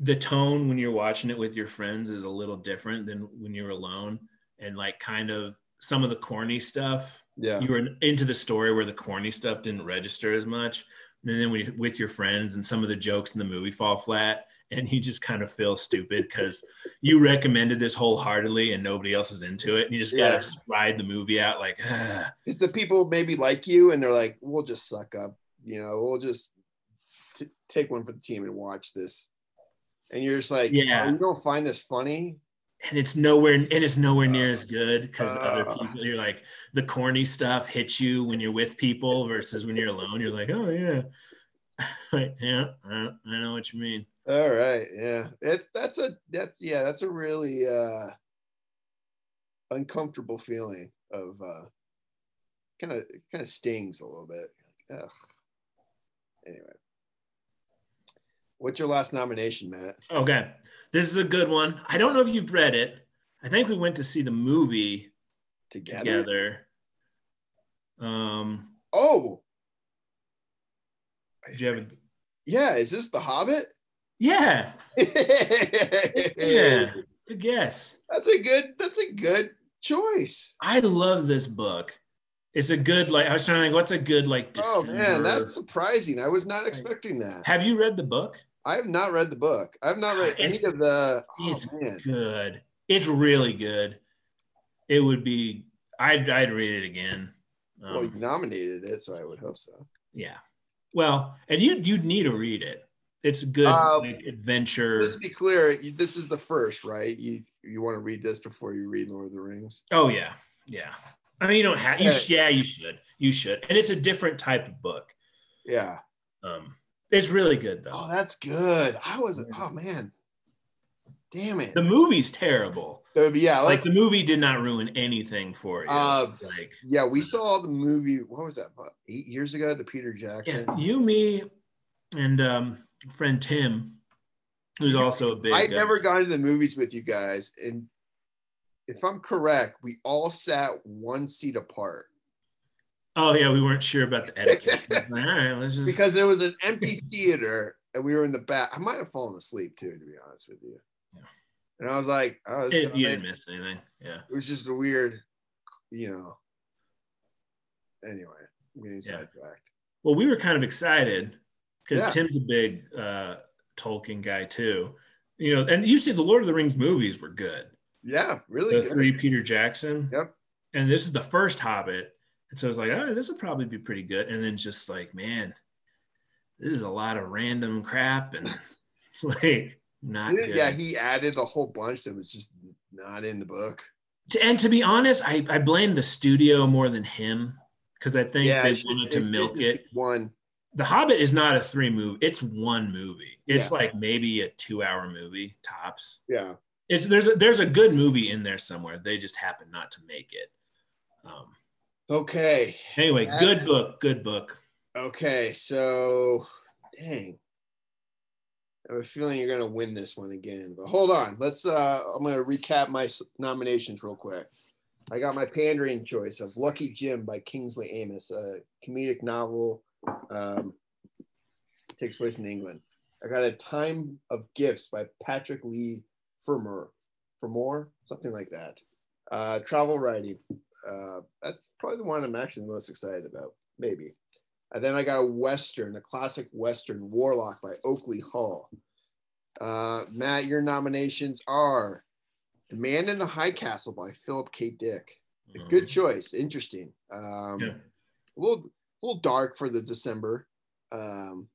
A: the tone when you're watching it with your friends is a little different than when you're alone, and like kind of some of the corny stuff
B: yeah.
A: you were into the story where the corny stuff didn't register as much. And then when you with your friends and some of the jokes in the movie fall flat and you just kind of feel stupid because you recommended this wholeheartedly and nobody else is into it. And you just gotta
B: Yeah.
A: just ride the movie out like "Ah,
B: is the people maybe like you and they're like we'll just suck up you know we'll just t- take one for the team and watch this and you're just like
A: Yeah.
B: "Oh, you don't find this funny
A: and it's nowhere and it's nowhere near as good because other
B: Uh.
A: people you're like the corny stuff hits you when you're with people versus when you're alone. You're like, oh yeah. like, yeah, I I know what you mean.
B: all right yeah it's that's a that's yeah that's a really uh uncomfortable feeling of uh kind of kind of stings a little bit Ugh. anyway what's your last nomination matt
A: Okay. This is a good one. I don't know if you've read it. I think we went to see the movie
B: together,
A: together. Um,
B: oh
A: did you have a,
B: yeah is this the hobbit
A: yeah,
B: yeah.
A: good guess.
B: That's a good that's a good choice.
A: I love this book. It's a good like I was trying to think what's a good like December.
B: Oh man, that's surprising. I was not expecting that.
A: have you read the book?
B: I have not read the book. I've not read any
A: It's-
B: of the oh
A: it's
B: man.
A: Good. It's really good. It would be I'd I'd read it again. Um,
B: Well, you nominated it, so I would hope so.
A: Yeah. Well, and you you'd need to read it. It's a good
B: Um,
A: like, adventure.
B: Just to be clear, you, this is the first, right? You you want to read this before you read Lord of the Rings?
A: Oh yeah, yeah. I mean, you don't have you. sh- Yeah, you should. You should. And it's a different type of book.
B: Yeah.
A: Um, it's really good though.
B: Oh, that's good. I was oh man. Damn it.
A: the movie's terrible.
B: So, yeah,
A: Like
B: like
A: the movie did not ruin anything for you.
B: Uh,
A: like
B: yeah, we saw the movie. What was that? About eight years ago, the Peter Jackson.
A: yeah, you, me, and um, friend Tim, who's also a big.
B: I
A: uh,
B: would never gone to the movies with you guys, and if I'm correct, we all sat one seat apart
A: Oh yeah, we weren't sure about the etiquette. Like, All right, let's just.
B: because there was an empty theater, and we were in the back. I might have fallen asleep too, to be honest with you.
A: Yeah.
B: And I was like, "Oh, this
A: Eh,
B: is
A: you
B: it
A: didn't miss anything. Yeah.
B: was just a weird, you know." Anyway, I'm getting
A: Yeah.
B: sidetracked.
A: Well, we were kind of excited because
B: Yeah.
A: Tim's a big uh, Tolkien guy too. You know, and you see the Lord of the Rings movies were good.
B: Yeah, really
A: The
B: good.
A: three Peter Jackson.
B: Yep.
A: And this is the first Hobbit, and so I was like, oh, this will probably be pretty good. And then just like, man, this is a lot of random crap and like not
B: He didn't-
A: good.
B: yeah, he added a whole bunch that was just not in the book.
A: To- and to be honest, I, I blame the studio more than him because I think
B: yeah,
A: they
B: it should-
A: wanted
B: it
A: to
B: should
A: milk
B: just
A: it.
B: be One.
A: The Hobbit is not a three movie. It's one movie. It's like maybe a two hour movie tops.
B: Yeah.
A: It's there's a, there's a good movie in there somewhere. They just happen not to make it. Um,
B: Okay.
A: Anyway, good book, good book.
B: Okay. So, dang. I have a feeling you're going to win this one again. But hold on. Let's, uh, I'm going to recap my s- nominations real quick. I got my pandering choice of Lucky Jim by Kingsley Amos, a comedic novel. Um, takes place in England. I got A Time of Gifts by Patrick Lee Fermor, Fermor, something like that. Uh, travel writing. Uh, that's probably the one I'm actually the most excited about, maybe. And then I got a Western, a classic Western, Warlock by Oakley Hall. Uh, Matt, your nominations are The Man in the High Castle by Philip K. Dick. Good choice. Interesting. Um,
A: Mm-hmm. Yeah.
B: A little, a little dark for the December um,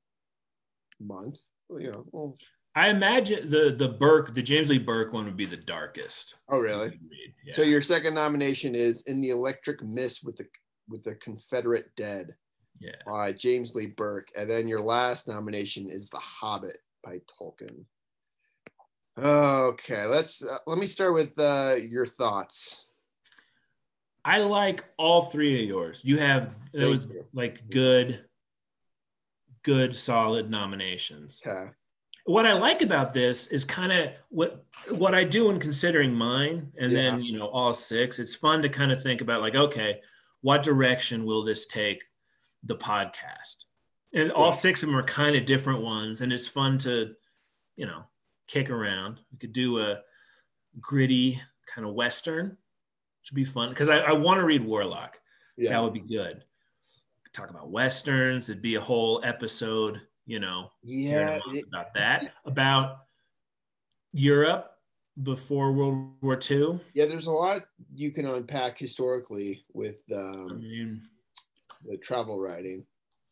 B: month. Well, you know, well,
A: I imagine the the Burke, the James Lee Burke one would be the darkest.
B: oh, really?
A: Yeah.
B: So your second nomination is In the Electric Mist with the with the Confederate Dead
A: yeah.
B: by James Lee Burke. And then your last nomination is The Hobbit by Tolkien. Okay, let's uh, let me start with uh, your thoughts.
A: I like all three of yours. You have it
B: Thank
A: was
B: you.
A: like good, good, solid nominations.
B: Okay.
A: What I like about this is kind of what what I do in considering mine, and then you know all six. It's fun to kind of think about like, okay, what direction will this take the podcast? And all
B: Sure.
A: six of them are kind of different ones, and it's fun to, you know, kick around. We could do a gritty kind of western. Should be fun because I, I want to read Warlock.
B: Yeah.
A: That would be good. Talk about westerns. It'd be a whole episode, you know, here in a
B: yeah.
A: month
B: it-
A: about that, about Europe before World War II.
B: yeah, there's a lot you can unpack historically with
A: I
B: um,
A: mean,
B: the travel writing.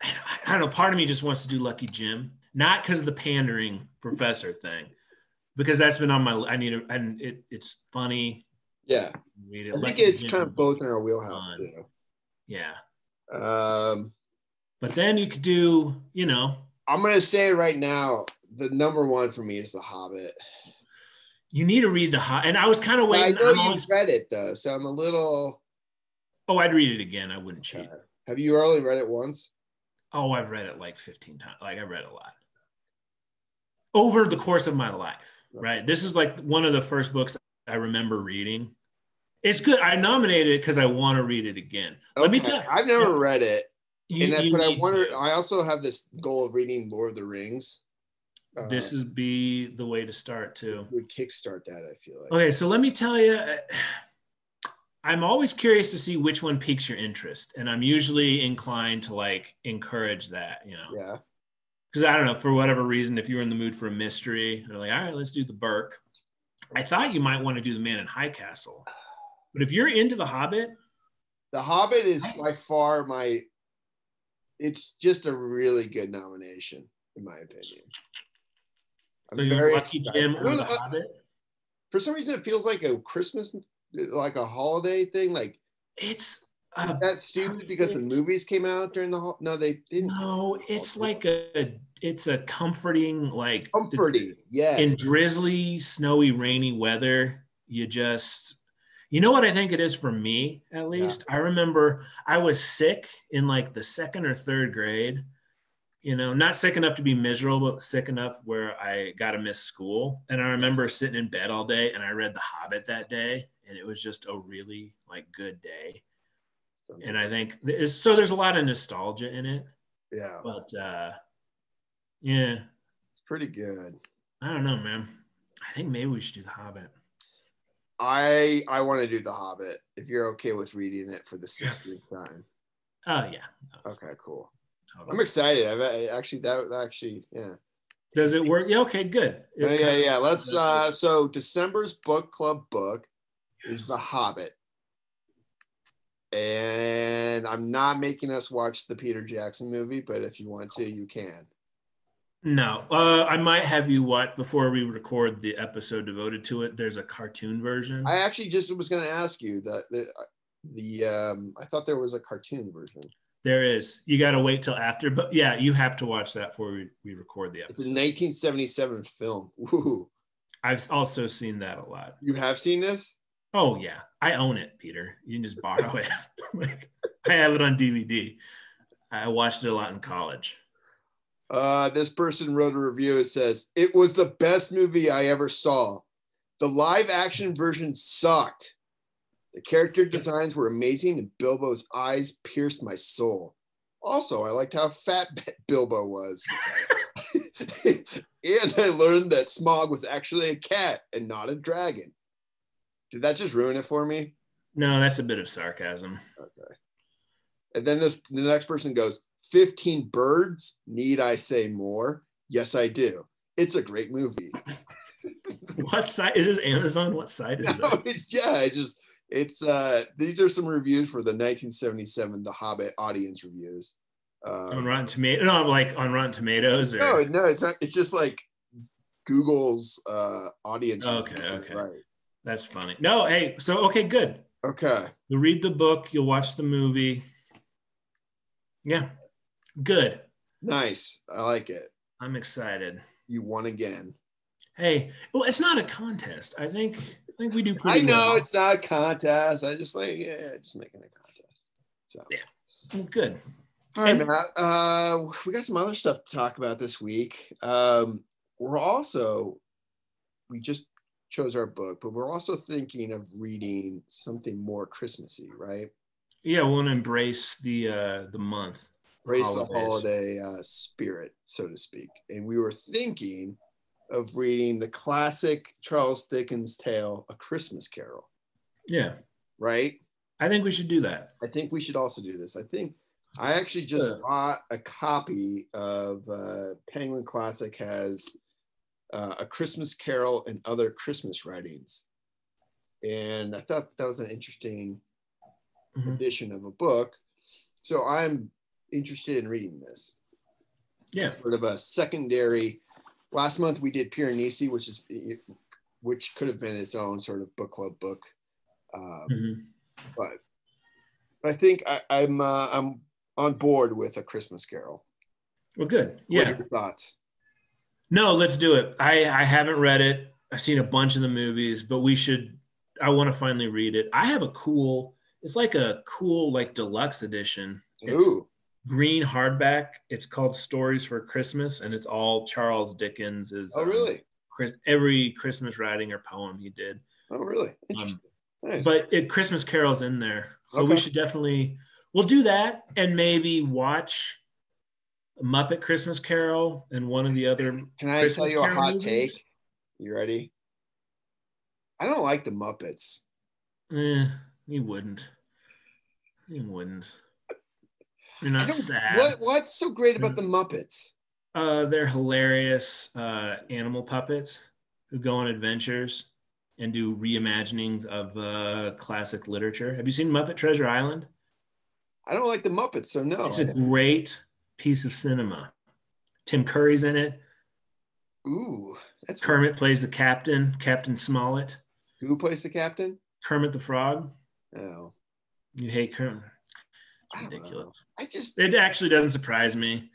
A: I I don't know. Part of me just wants to do Lucky Jim, not because of the pandering professor thing, because that's been on my. I need to, and it, it's funny.
B: Yeah.
A: Read it.
B: I think
A: Lucky
B: it's
A: Jim
B: kind
A: would be
B: of both in our wheelhouse
A: fun.
B: too.
A: Yeah,
B: Um,
A: but then you could do, you know,
B: I'm gonna say right now, the number one for me is The Hobbit.
A: you need to read the hot. And I was kind of
B: But I
A: waiting.
B: know
A: I'm
B: you
A: always-
B: read it though, so I'm a little.
A: oh, I'd read it again. I wouldn't cheat.
B: Have you only read it once?
A: Oh, I've read it like 15 times. Like I read a lot over the course of my life, right? This is like one of the first books I remember reading. It's good. I nominated it because I want to read it again. Let me
B: Okay.
A: tell
B: I've never read it,
A: you.
B: and
A: you
B: I, but I
A: need
B: wonder.
A: to.
B: I also have this goal of reading Lord of the Rings. Uh,
A: this is be the way to start too.
B: would kickstart that. I feel like.
A: Okay, so let me tell you, uh, I'm always curious to see which one piques your interest, and I'm usually inclined to like encourage that. You know,
B: Yeah.
A: because I don't know for whatever reason, if you were in the mood for a mystery, they're like, all right, let's do the Burke. I thought you might want to do the Man in High Castle, but if you're into the Hobbit,
B: The Hobbit is by far my. It's just a really good nomination, in my opinion. I'm
A: so you're
B: very
A: Lucky
B: excited.
A: Jim or the
B: I- uh,
A: Hobbit.
B: for some reason, it feels like a Christmas, like a holiday thing. Like
A: It's uh,
B: that's stupid because the
A: Perfect.
B: movies came out during the. hol- No, they didn't.
A: no, it's like a it's a comforting like
B: Comforting, yes.
A: in drizzly, snowy, rainy weather, you just you know what I think it is for me at least. I remember I was sick in like the second or third grade. You know, not sick enough to be miserable, but sick enough where I got to miss school. And I remember sitting in bed all day and I read The Hobbit that day and it was just a really like good day.
B: Something.
A: And I think so there's a lot of nostalgia in it,
B: yeah,
A: but uh yeah,
B: it's pretty good.
A: I don't know, man. I think maybe we should do The Hobbit.
B: I I want to do The Hobbit if you're okay with reading it for the
A: Yes.
B: sixteenth time.
A: Oh yeah. No,
B: Okay, cool.
A: totally.
B: I'm excited. I've I, actually that actually yeah.
A: Does it work? Yeah, okay, good. It
B: Yeah, yeah,
A: kinda-
B: yeah. Let's uh so December's book club book is The Hobbit. And I'm not making us watch the Peter Jackson movie, but if you want to, you can.
A: Mm-hmm. No, uh, I might have you watch before we record the episode devoted to it. There's a cartoon version.
B: I actually just was going to ask you that the, the um I thought there was a cartoon version.
A: there is. You got to wait till after, but yeah, you have to watch that before we, we record the
B: It's a
A: episode.
B: 1977 film. Woo.
A: I've also seen that a lot.
B: You have seen this?
A: Oh yeah, I own it, Peter. You can just borrow it. I have it on DVD. I watched it a lot in college.
B: Uh, this person wrote a review. It says, It was the best movie I ever saw. The live action version sucked. The character designs were amazing, and Bilbo's eyes pierced my soul. Also, I liked how fat Bilbo was. and I learned that Smog was actually a cat and not a dragon. Did that just ruin it for me?
A: No, that's a bit of sarcasm.
B: Okay. And then this the next person goes, 15 birds, need I say more? Yes, I do. It's a great movie.
A: what site is this Amazon? What site is
B: no,
A: that?
B: it's, yeah, I just it's uh these are some reviews for the 1977 The Hobbit audience reviews.
A: on
B: Um,
A: Rotten Tomatoes? No, like on Rotten Tomatoes or
B: no, no, it's not. It's just like Google's uh audience.
A: Okay,
B: reviews,
A: okay.
B: right.
A: that's funny. No, hey, so okay, good.
B: Okay,
A: You'll read the book, you'll watch the movie. Yeah. Good.
B: nice. I like it.
A: I'm excited.
B: You won again.
A: Hey, well, it's not a contest. I think I think we do
B: I
A: pretty
B: know
A: well.
B: it's not a contest. I just like yeah, just making a contest. So
A: Well, good.
B: all right,
A: And-
B: Matt. Uh, we got some other stuff to talk about this week. Um, we're also we just chose our book, but we're also thinking of reading something more Christmassy, right?
A: Yeah, we'll embrace the uh the month.
B: Embrace the
A: Holidays.
B: holiday uh, spirit, so to speak. And we were thinking of reading the classic Charles Dickens tale, A Christmas Carol,
A: Yeah.
B: right?
A: I think we should do that.
B: I think we should also do this. I think I actually just
A: Yeah.
B: bought a copy of uh, Penguin Classic has uh, a Christmas Carol and other Christmas writings, and I thought that was an interesting
A: Mhm.
B: edition of a book. So I'm interested in reading this.
A: Yeah.
B: Sort of a secondary. Last month we did Piranesi, which is which could have been its own sort of book club book. Um,
A: Mhm.
B: I think I, I'm uh, I'm on board with a Christmas Carol.
A: Well, good.
B: What
A: Yeah.
B: are your thoughts?
A: No, let's do it. I I haven't read it. I've seen a bunch of the movies, but we should. I want to finally read it. I have a cool. It's like a cool like deluxe edition. It's
B: Ooh,
A: green hardback. It's called Stories for Christmas, and it's all Charles Dickens. Is um,
B: oh really?
A: Chris, every Christmas writing or poem he did.
B: Oh really? Interesting. nice.
A: um, but it, Christmas Carol's in there, so we
B: Okay.
A: should definitely we'll do that and maybe watch Muppet Christmas Carol and one of the other.
B: can I
A: Christmas
B: tell you a
A: Carol
B: hot
A: movies?
B: take? You ready? I don't like the Muppets.
A: Eh, you wouldn't. You wouldn't. You're
B: I
A: not
B: don't-
A: sad.
B: What What's so great about the Muppets?
A: Uh, they're hilarious uh, animal puppets who go on adventures and do reimaginings of uh, classic literature. Have you seen Muppet Treasure Island?
B: I don't like the Muppets, so no.
A: it's a great piece of cinema. Tim Curry's in it.
B: Ooh, that's
A: Kermit plays the captain, Captain Smollett.
B: who plays the captain? Oh,
A: Kermit the Frog.
B: No,
A: You hate Kermit.
B: I
A: It's
B: don't
A: ridiculous.
B: I just
A: It actually doesn't surprise me.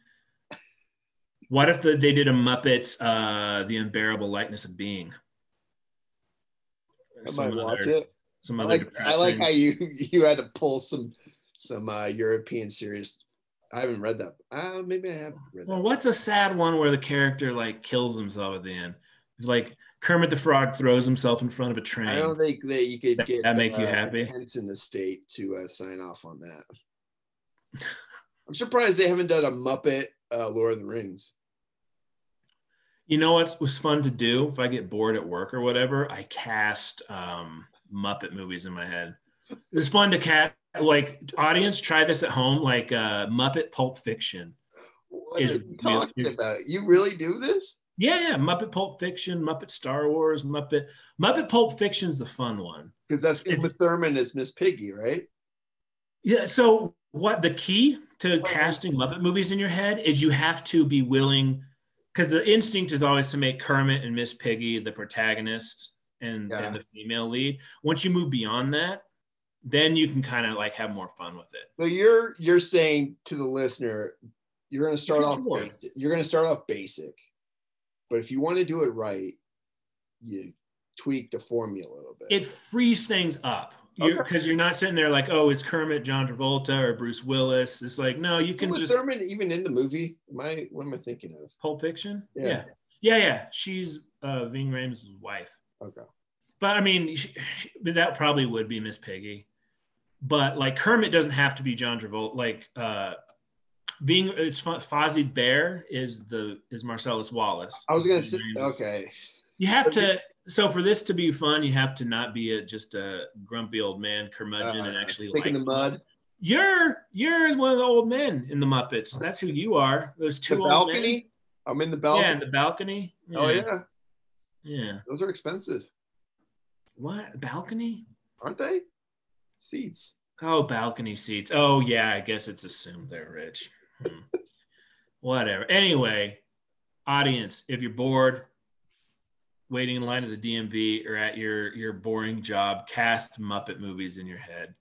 A: What if the, they did a Muppet, uh, The Unbearable Lightness of Being? Or
B: I might watch
A: other,
B: it.
A: Some
B: I
A: other
B: like I like
A: depressing-
B: how you you had to pull some some uh, European series. I haven't read that. Uh, maybe I have read
A: Well,
B: that.
A: what's a sad one where the character like kills himself at the end? It's Like Kermit the Frog throws himself in front of a train.
B: I don't think that you could
A: That-
B: get
A: that make you
B: uh,
A: happy?
B: Henson Estate to uh, sign off on that. I'm surprised they haven't done a Muppet uh, Lord of the Rings.
A: You know what was fun to do if I get bored at work or whatever? I cast um, Muppet movies in my head. It's fun to cast. Like audience, try this at home. Like uh, Muppet Pulp Fiction.
B: What
A: Is
B: are you talking
A: really-
B: about? You really do this?
A: Yeah, yeah. Muppet Pulp Fiction, Muppet Star Wars, Muppet Muppet Pulp Fiction's the fun one.
B: Because that's Uma Thurman as Miss Piggy, right?
A: Yeah. So what the key to casting Muppet movies in your head is you have to be willing because the instinct is always to make Kermit and Miss Piggy the protagonist and,
B: Yeah.
A: and the female lead. Once you move beyond that, then you can kind of like have more fun with it.
B: So you're you're saying to the listener, you're going to start
A: Different
B: off
A: awards.
B: basic. you're going to start off basic, but if you want to do it right, you tweak the formula a little bit.
A: It frees things up. Because you're not sitting there like, oh, is Kermit John Travolta or Bruce Willis? It's like, no, you can
B: was
A: just
B: Thurman even in the movie? Am I, what am I thinking of?
A: Pulp Fiction.
B: Yeah.
A: yeah, yeah, yeah. She's uh, Ving Rhames' wife.
B: Okay.
A: But I mean, she, she, but that probably would be Miss Piggy. But like Kermit doesn't have to be John Travolta. Like uh, being it's Fo- Fozzie Bear is the is Marcellus Wallace.
B: I was gonna say uh,
A: Ving Rhames.
B: okay.
A: You have to. So for this to be fun, you have to not be a, just a grumpy old man curmudgeon
B: Uh,
A: and actually
B: stick
A: like
B: in the mud.
A: You're you're one of the old men in the Muppets. That's who you are. Those two
B: The
A: old men.
B: balcony. I'm in the balcony.
A: Yeah, in the balcony.
B: Oh yeah,
A: Yeah.
B: those are expensive,
A: What balcony?
B: aren't they? Seats.
A: Oh, balcony seats. Oh yeah, I guess it's assumed they're rich. Hmm. Whatever. Anyway, audience, if you're bored, waiting in line at the DMV or at your your boring job, cast Muppet movies in your head.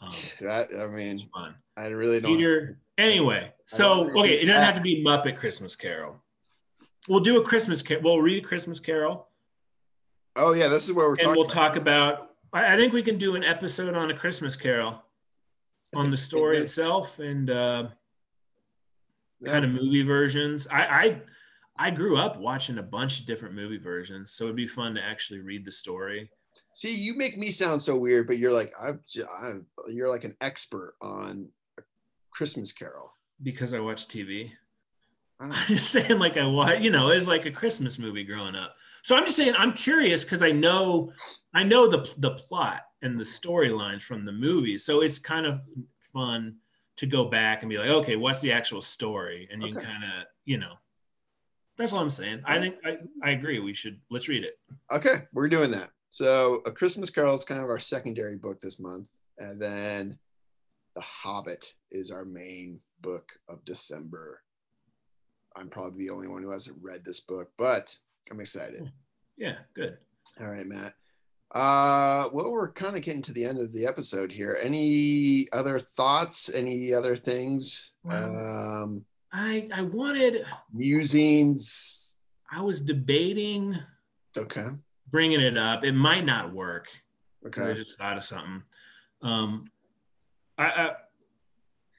A: Um,
B: That I mean,
A: it's fun.
B: I really don't.
A: Peter. Anyway, so okay,
B: agree with
A: it doesn't
B: that.
A: have to be Muppet Christmas Carol. We'll do a Christmas. Car- we'll read a Christmas Carol,
B: Oh yeah, this is where we're
A: and
B: talking.
A: we'll
B: about.
A: talk about. I, I think we can do an episode on a Christmas Carol, on the story
B: do.
A: itself, and uh,
B: Yeah.
A: kind of movie versions. I, I I grew up watching a bunch of different movie versions, so it'd be fun to actually read the story.
B: See, you make me sound so weird, but you're like I'm. j- I'm you're like an expert on Christmas Carol.
A: because I watch TV.
B: I
A: I'm
B: don't-
A: just saying, like I watch, you know, it's like a Christmas movie growing up. So I'm just saying, I'm curious because I know, I know the the plot and the storylines from the movie. So it's kind of fun to go back and be like, okay, what's the actual story? And you
B: Okay.
A: can kind of, you know, that's all I'm saying. I think I, I agree. We should let's read it.
B: Okay, we're doing that. So, A Christmas Carol is kind of our secondary book this month, and then The Hobbit is our main book of December. I'm probably the only one who hasn't read this book, but I'm excited.
A: Yeah, good.
B: All right, Matt. Uh, well, we're kind of getting to the end of the episode here. Any other thoughts? Any other things? Um,
A: I I wanted.
B: musings?
A: I was debating
B: Okay.
A: bringing it up. It might not work. I
B: Okay.
A: just thought of something. Um, I I,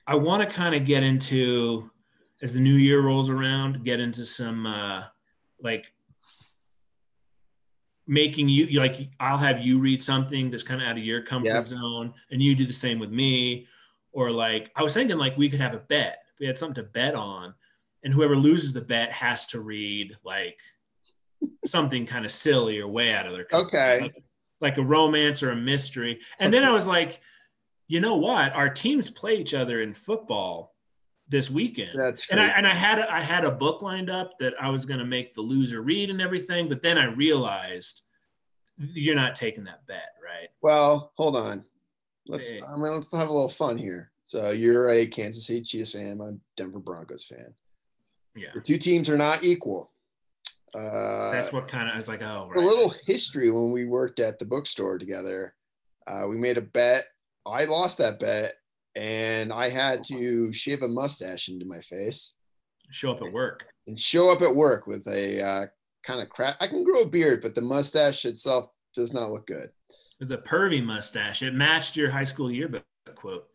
A: I want to kind of get into as the new year rolls around, get into some uh, like making you you- like I'll have you read something that's kind of out of your comfort
B: Yep.
A: zone, and you do the same with me. Or like I was thinking, like we could have a bet. We had something to bet on, and whoever loses the bet has to read like something kind of silly or way out of their comfort
B: Okay.
A: zone like a romance or a mystery. And then I was like, you know what? Our teams play each other in football this weekend.
B: That's
A: and I
B: great.
A: and I had a, I had a book lined up that I was going to make the loser read and everything, but then I realized you're not taking that bet, right?
B: Well, hold on. Let's
A: Hey.
B: I mean let's have a little fun here. So you're a Kansas City Chiefs fan, I'm a Denver Broncos fan.
A: Yeah.
B: The two teams are not equal. Uh,
A: That's what kind of I was like, oh, right.
B: a little history when we worked at the bookstore together. Uh, we made a bet. I lost that bet, and I had
A: Oh,
B: to shave a mustache into my face
A: show up at work.
B: and show up at work with a uh, kind of crap. I can grow a beard, but the mustache itself does not look good.
A: It was a pervy mustache. It matched your high school yearbook quote.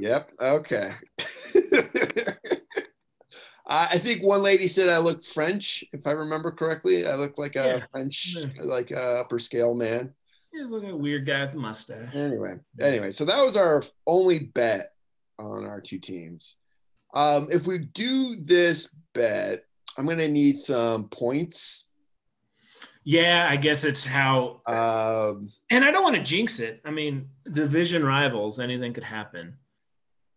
B: Yep. Okay. I I think one lady said I look French, if I remember correctly. I look like a
A: Yeah.
B: French,
A: Yeah.
B: like a upper scale man.
A: He was like a weird guy with a mustache.
B: Anyway,
A: Mm-hmm.
B: anyway, so that was our only bet on our two teams. Um, if we do this bet, I'm gonna need some points.
A: Yeah, I guess it's how
B: Um,
A: And I don't want to jinx it. I mean, division rivals, anything could happen.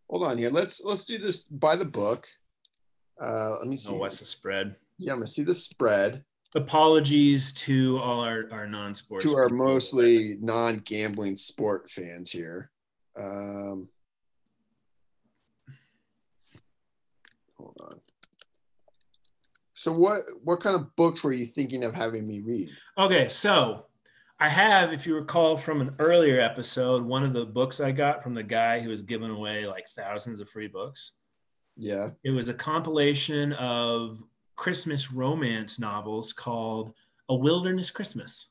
B: hold on here. Let's let's do this by the book. Uh, let me see.
A: So what's the spread?
B: yeah, I'm gonna see the spread.
A: Apologies to all our, our non-sports
B: who are
A: people.
B: mostly non-gambling sport fans here. Um, hold on. So what what kind of books were you thinking of having me read?
A: Okay, so I have, if you recall from an earlier episode, one of the books I got from the guy who was giving away like thousands of free books.
B: Yeah.
A: It was a compilation of Christmas romance novels called A Wilderness Christmas.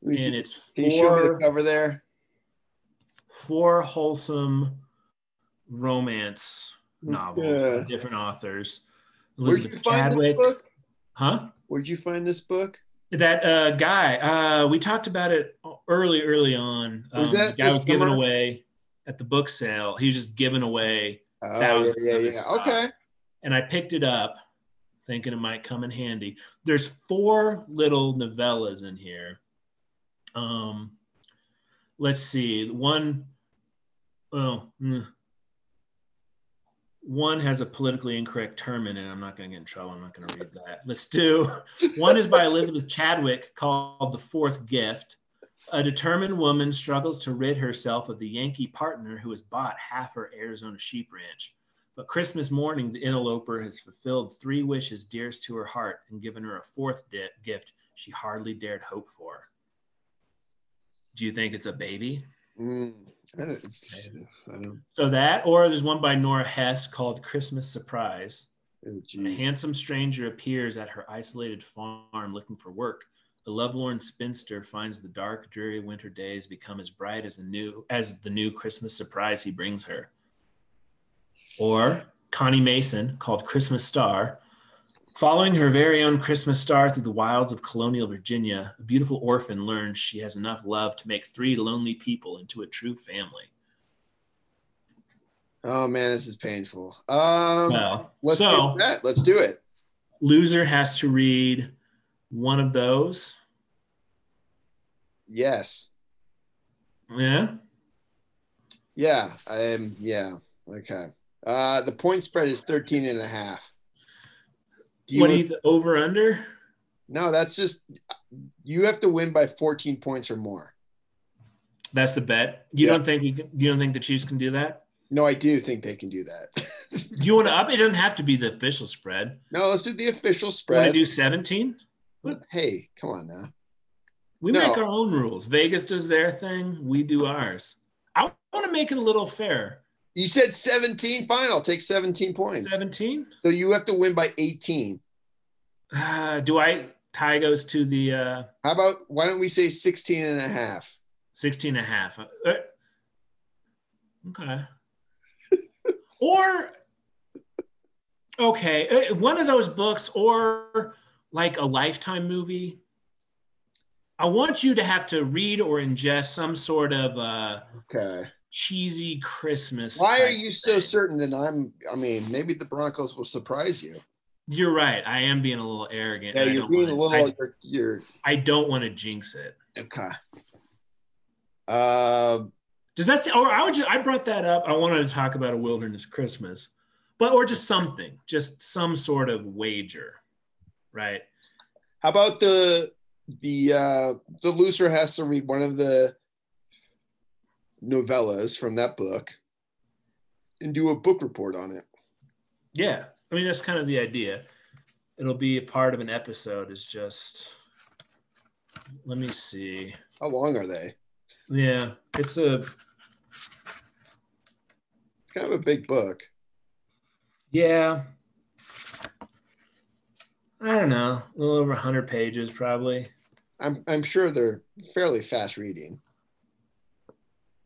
B: We
A: and
B: should,
A: it's
B: can you show me the
A: four
B: cover there?
A: four wholesome romance novels
B: Yeah.
A: by different authors.
B: Where'd you
A: Elizabeth
B: find
A: Chadwick,
B: this book?
A: huh?
B: Where'd you find this book?
A: That uh, guy. Uh, we talked about it early, early on.
B: Was
A: Um,
B: that
A: the guy
B: this
A: was given
B: summer?
A: away at the book sale? He was just giving away, That
B: Oh,
A: was
B: yeah, yeah,
A: another
B: yeah.
A: stop.
B: Okay.
A: and I picked it up, thinking it might come in handy. There's four little novellas in here. Um, let's see. One, well, mm. one has a politically incorrect term in it. I'm not going to get in trouble. I'm not going to read that. Let's do one is by Elizabeth Chadwick called The Fourth Gift. A determined woman struggles to rid herself of the Yankee partner who has bought half her Arizona sheep ranch. But Christmas morning, the interloper has fulfilled three wishes dearest to her heart and given her a fourth di- gift she hardly dared hope for. Do you think it's a baby?
B: Mm, I don't- it's- I don't-
A: So that, or there's one by Nora Hess called Christmas Surprise.
B: oh,
A: A
B: geez.
A: handsome stranger appears at her isolated farm looking for work. The lovelorn spinster finds the dark, dreary winter days become as bright as the new as the new Christmas surprise he brings her. Or Connie Mason, called Christmas Star, following her very own Christmas star through the wilds of colonial Virginia, a beautiful orphan learns she has enough love to make three lonely people into a true family.
B: Oh man, this is painful. Um,
A: Well,
B: let's
A: so
B: do that. Let's do it.
A: loser has to read one of those.
B: Yes.
A: Yeah.
B: Yeah. I am. Yeah. Okay. Uh, the point spread is 13 and a half. Do you,
A: what do you th- over under?
B: no, that's just, you have to win by 14 points or more.
A: That's the bet. You
B: Yeah.
A: don't think we can, you don't think the Chiefs can do that?
B: No, I do think they can do that.
A: You want to up? It doesn't have to be the official spread.
B: no, let's do the
A: You
B: official
A: want
B: spread.
A: to do seventeen?
B: hey, come on now.
A: We
B: No.
A: make our own rules. Vegas does their thing. We do ours. I want to make it a little fair.
B: You said 17. Fine. I'll take 17 points.
A: Seventeen.
B: So you have to win by 18.
A: Uh, do I tie goes to the uh,
B: How about, why don't we say 16 and a half?
A: 16 and a half? Uh, okay. or okay, uh, one of those books, or like a lifetime movie. I want you to have to read or ingest some sort of uh,
B: Okay.
A: cheesy Christmas.
B: Why are
A: type
B: you so
A: thing.
B: certain that I'm? I mean, maybe the Broncos will surprise you.
A: You're right. I am being a little arrogant.
B: Yeah,
A: and I
B: you're
A: don't
B: being a
A: wanna-
B: little. You're, you're
A: I, I don't want to jinx it.
B: okay. Uh,
A: Does that? Or I would. Just, I brought that up. I wanted to talk about a wilderness Christmas, but or just something, just some sort of wager, right?
B: how about the the uh, the loser has to read one of the novellas from that book and do a book report on it.
A: Yeah. I mean, that's kind of the idea. It'll be a part of an episode. Is just. Let me see.
B: How long are they?
A: Yeah, it's a
B: It's kind of a big book.
A: yeah. I don't know, a little over 100 pages probably.
B: I'm I'm sure they're fairly fast reading.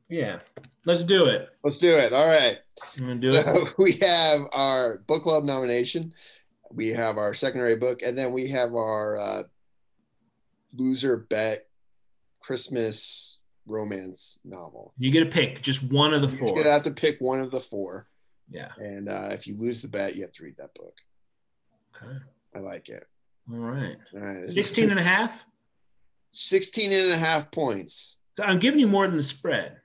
A: Yeah, let's do it.
B: Let's do it. All right.
A: I'm gonna do it.
B: So we have our book club nomination, we have our secondary book, and then we have our uh, loser bet Christmas romance novel.
A: You get a pick, just one of the
B: You're
A: four.
B: gonna have to pick one of the four,
A: Yeah.
B: and uh, if you lose the bet, you have to read that book.
A: Okay.
B: I like it.
A: All right.
B: All right,
A: 16 and a half.
B: 16 and a half points.
A: So I'm giving you more than the spread.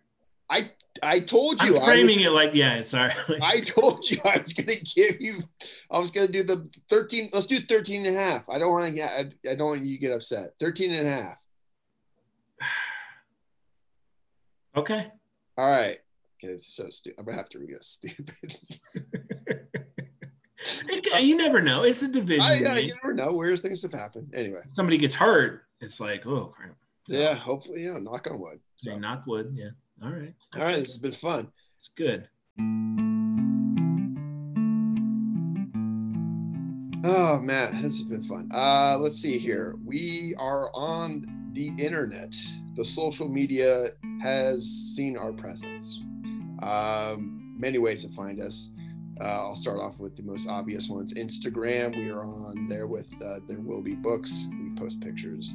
B: I told
A: I'm
B: you. I, was-
A: framing it like, yeah, sorry.
B: I told you I was gonna give you. I was gonna do the 13. Let's do 13 and a half. I don't want to get. I, I don't want you to get upset. 13 and a half.
A: okay.
B: All right. Okay, it's so stupid. I'm gonna have to read this stupid.
A: It- you never know. It's a division.
B: I, I,
A: game.
B: you never know. Weird things have happened. Anyway,
A: Somebody gets hurt. It's like, oh, crap. So,
B: yeah. Hopefully, you know, knock on wood.
A: They
B: So,
A: knock wood. Yeah. All right.
B: all right. This has been fun.
A: It's good.
B: Oh, Matt, this has been fun. Uh, let's see here. We are on the internet, the social media has seen our presence. Um, many ways to find us. Uh, I'll start off with the most obvious ones Instagram. We are on there with uh, There Will Be Books. We post pictures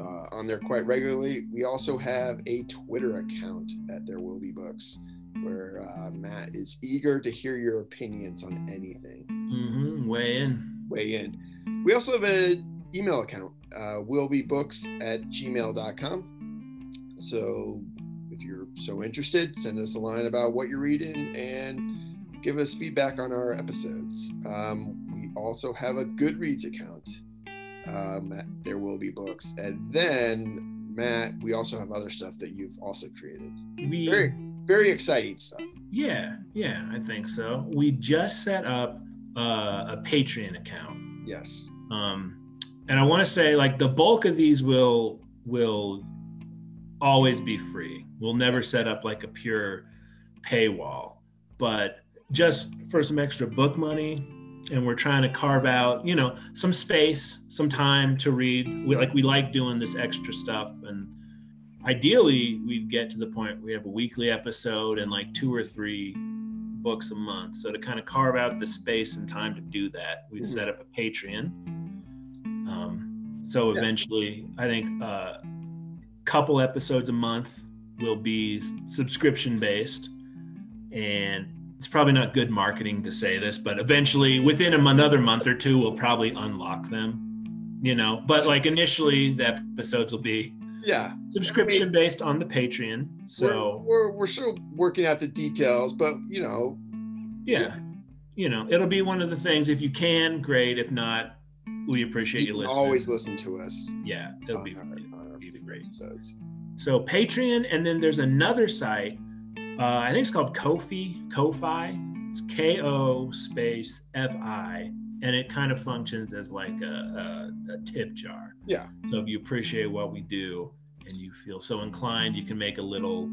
B: uh, on there quite regularly. We also have a Twitter account at There Will Be Books where uh, Matt is eager to hear your opinions on anything.
A: Mm-hmm. Weigh in.
B: Weigh in. We also have an email account, uh, willbebooks at gmail.com. So if you're so interested, send us a line about what you're reading and give us feedback on our episodes. Um, we also have a Goodreads account. Um, there will be books, and then Matt, we also have other stuff that you've also created.
A: We
B: very, very exciting stuff.
A: Yeah, yeah, I think so. We just set up uh, a Patreon account,
B: Yes,
A: um, and I want to say like the bulk of these will will always be free. We'll never set up like a pure paywall, but just for some extra book money. And we're trying to carve out, you know, some space, some time to read. We like we like doing this extra stuff, and ideally, we'd get to the point where we have a weekly episode and like two or three books a month. So to kind of carve out the space and time to do that, we
B: Mhm.
A: set up a Patreon. Um, so
B: Mm. Yeah.
A: eventually, I think uh, couple episodes a month will be subscription based and it's probably not good marketing to say this but eventually within a- another month or two we'll probably unlock them you know but like initially the episodes will be
B: yeah.
A: subscription based on the patreon so
B: we're, we're we're still working out the details, but you know,
A: yeah you know it'll be one of the things if you can great if not we appreciate you
B: you can
A: listening
B: always listen to us.
A: yeah it'll be
B: on our- on our
A: be great.
B: episodes.
A: So Patreon, and then there's another site. Uh, I think it's called Kofi, Kofi. It's K O space F I, and it kind of functions as like a, a, a tip jar.
B: Yeah.
A: So if you appreciate what we do and you feel so inclined, you can make a little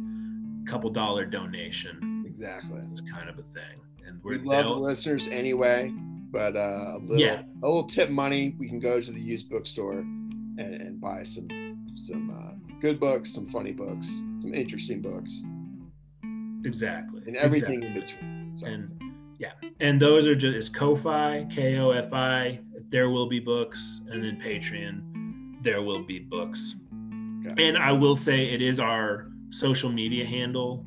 A: couple dollar donation.
B: Exactly.
A: It's kind of a thing, and
B: We
A: we're
B: love the
A: they'll-
B: listeners anyway, but uh, a little
A: Yeah.
B: a little tip money, we can go to the used bookstore and, and buy some some uh, good books, some funny books, some interesting books,
A: exactly
B: and everything
A: exactly.
B: in between. So
A: and yeah and those are just it's kofi k-o-f-i there will be books and then patreon there will be books
B: Got
A: and i will say it is our social media handle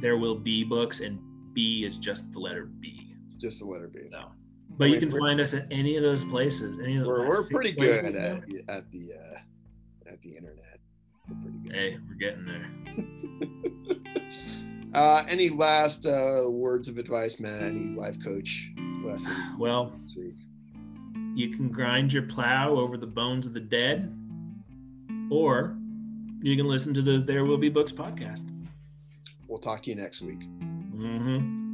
A: there will be books and b is just the letter b
B: just the letter B.
A: so but you
B: Wait,
A: can
B: we're-
A: find us at any of those places any of the
B: We're,
A: last
B: we're
A: few
B: pretty good
A: places
B: at
A: now.
B: at the uh, at the internet. We're pretty good.
A: hey we're getting there
B: Uh, any last uh, words of advice, Matt? Any life coach lesson
A: well
B: this week?
A: you can grind your plow over the bones of the dead or you can listen to the there will be books podcast
B: We'll talk to you next week.
A: Mm-hmm.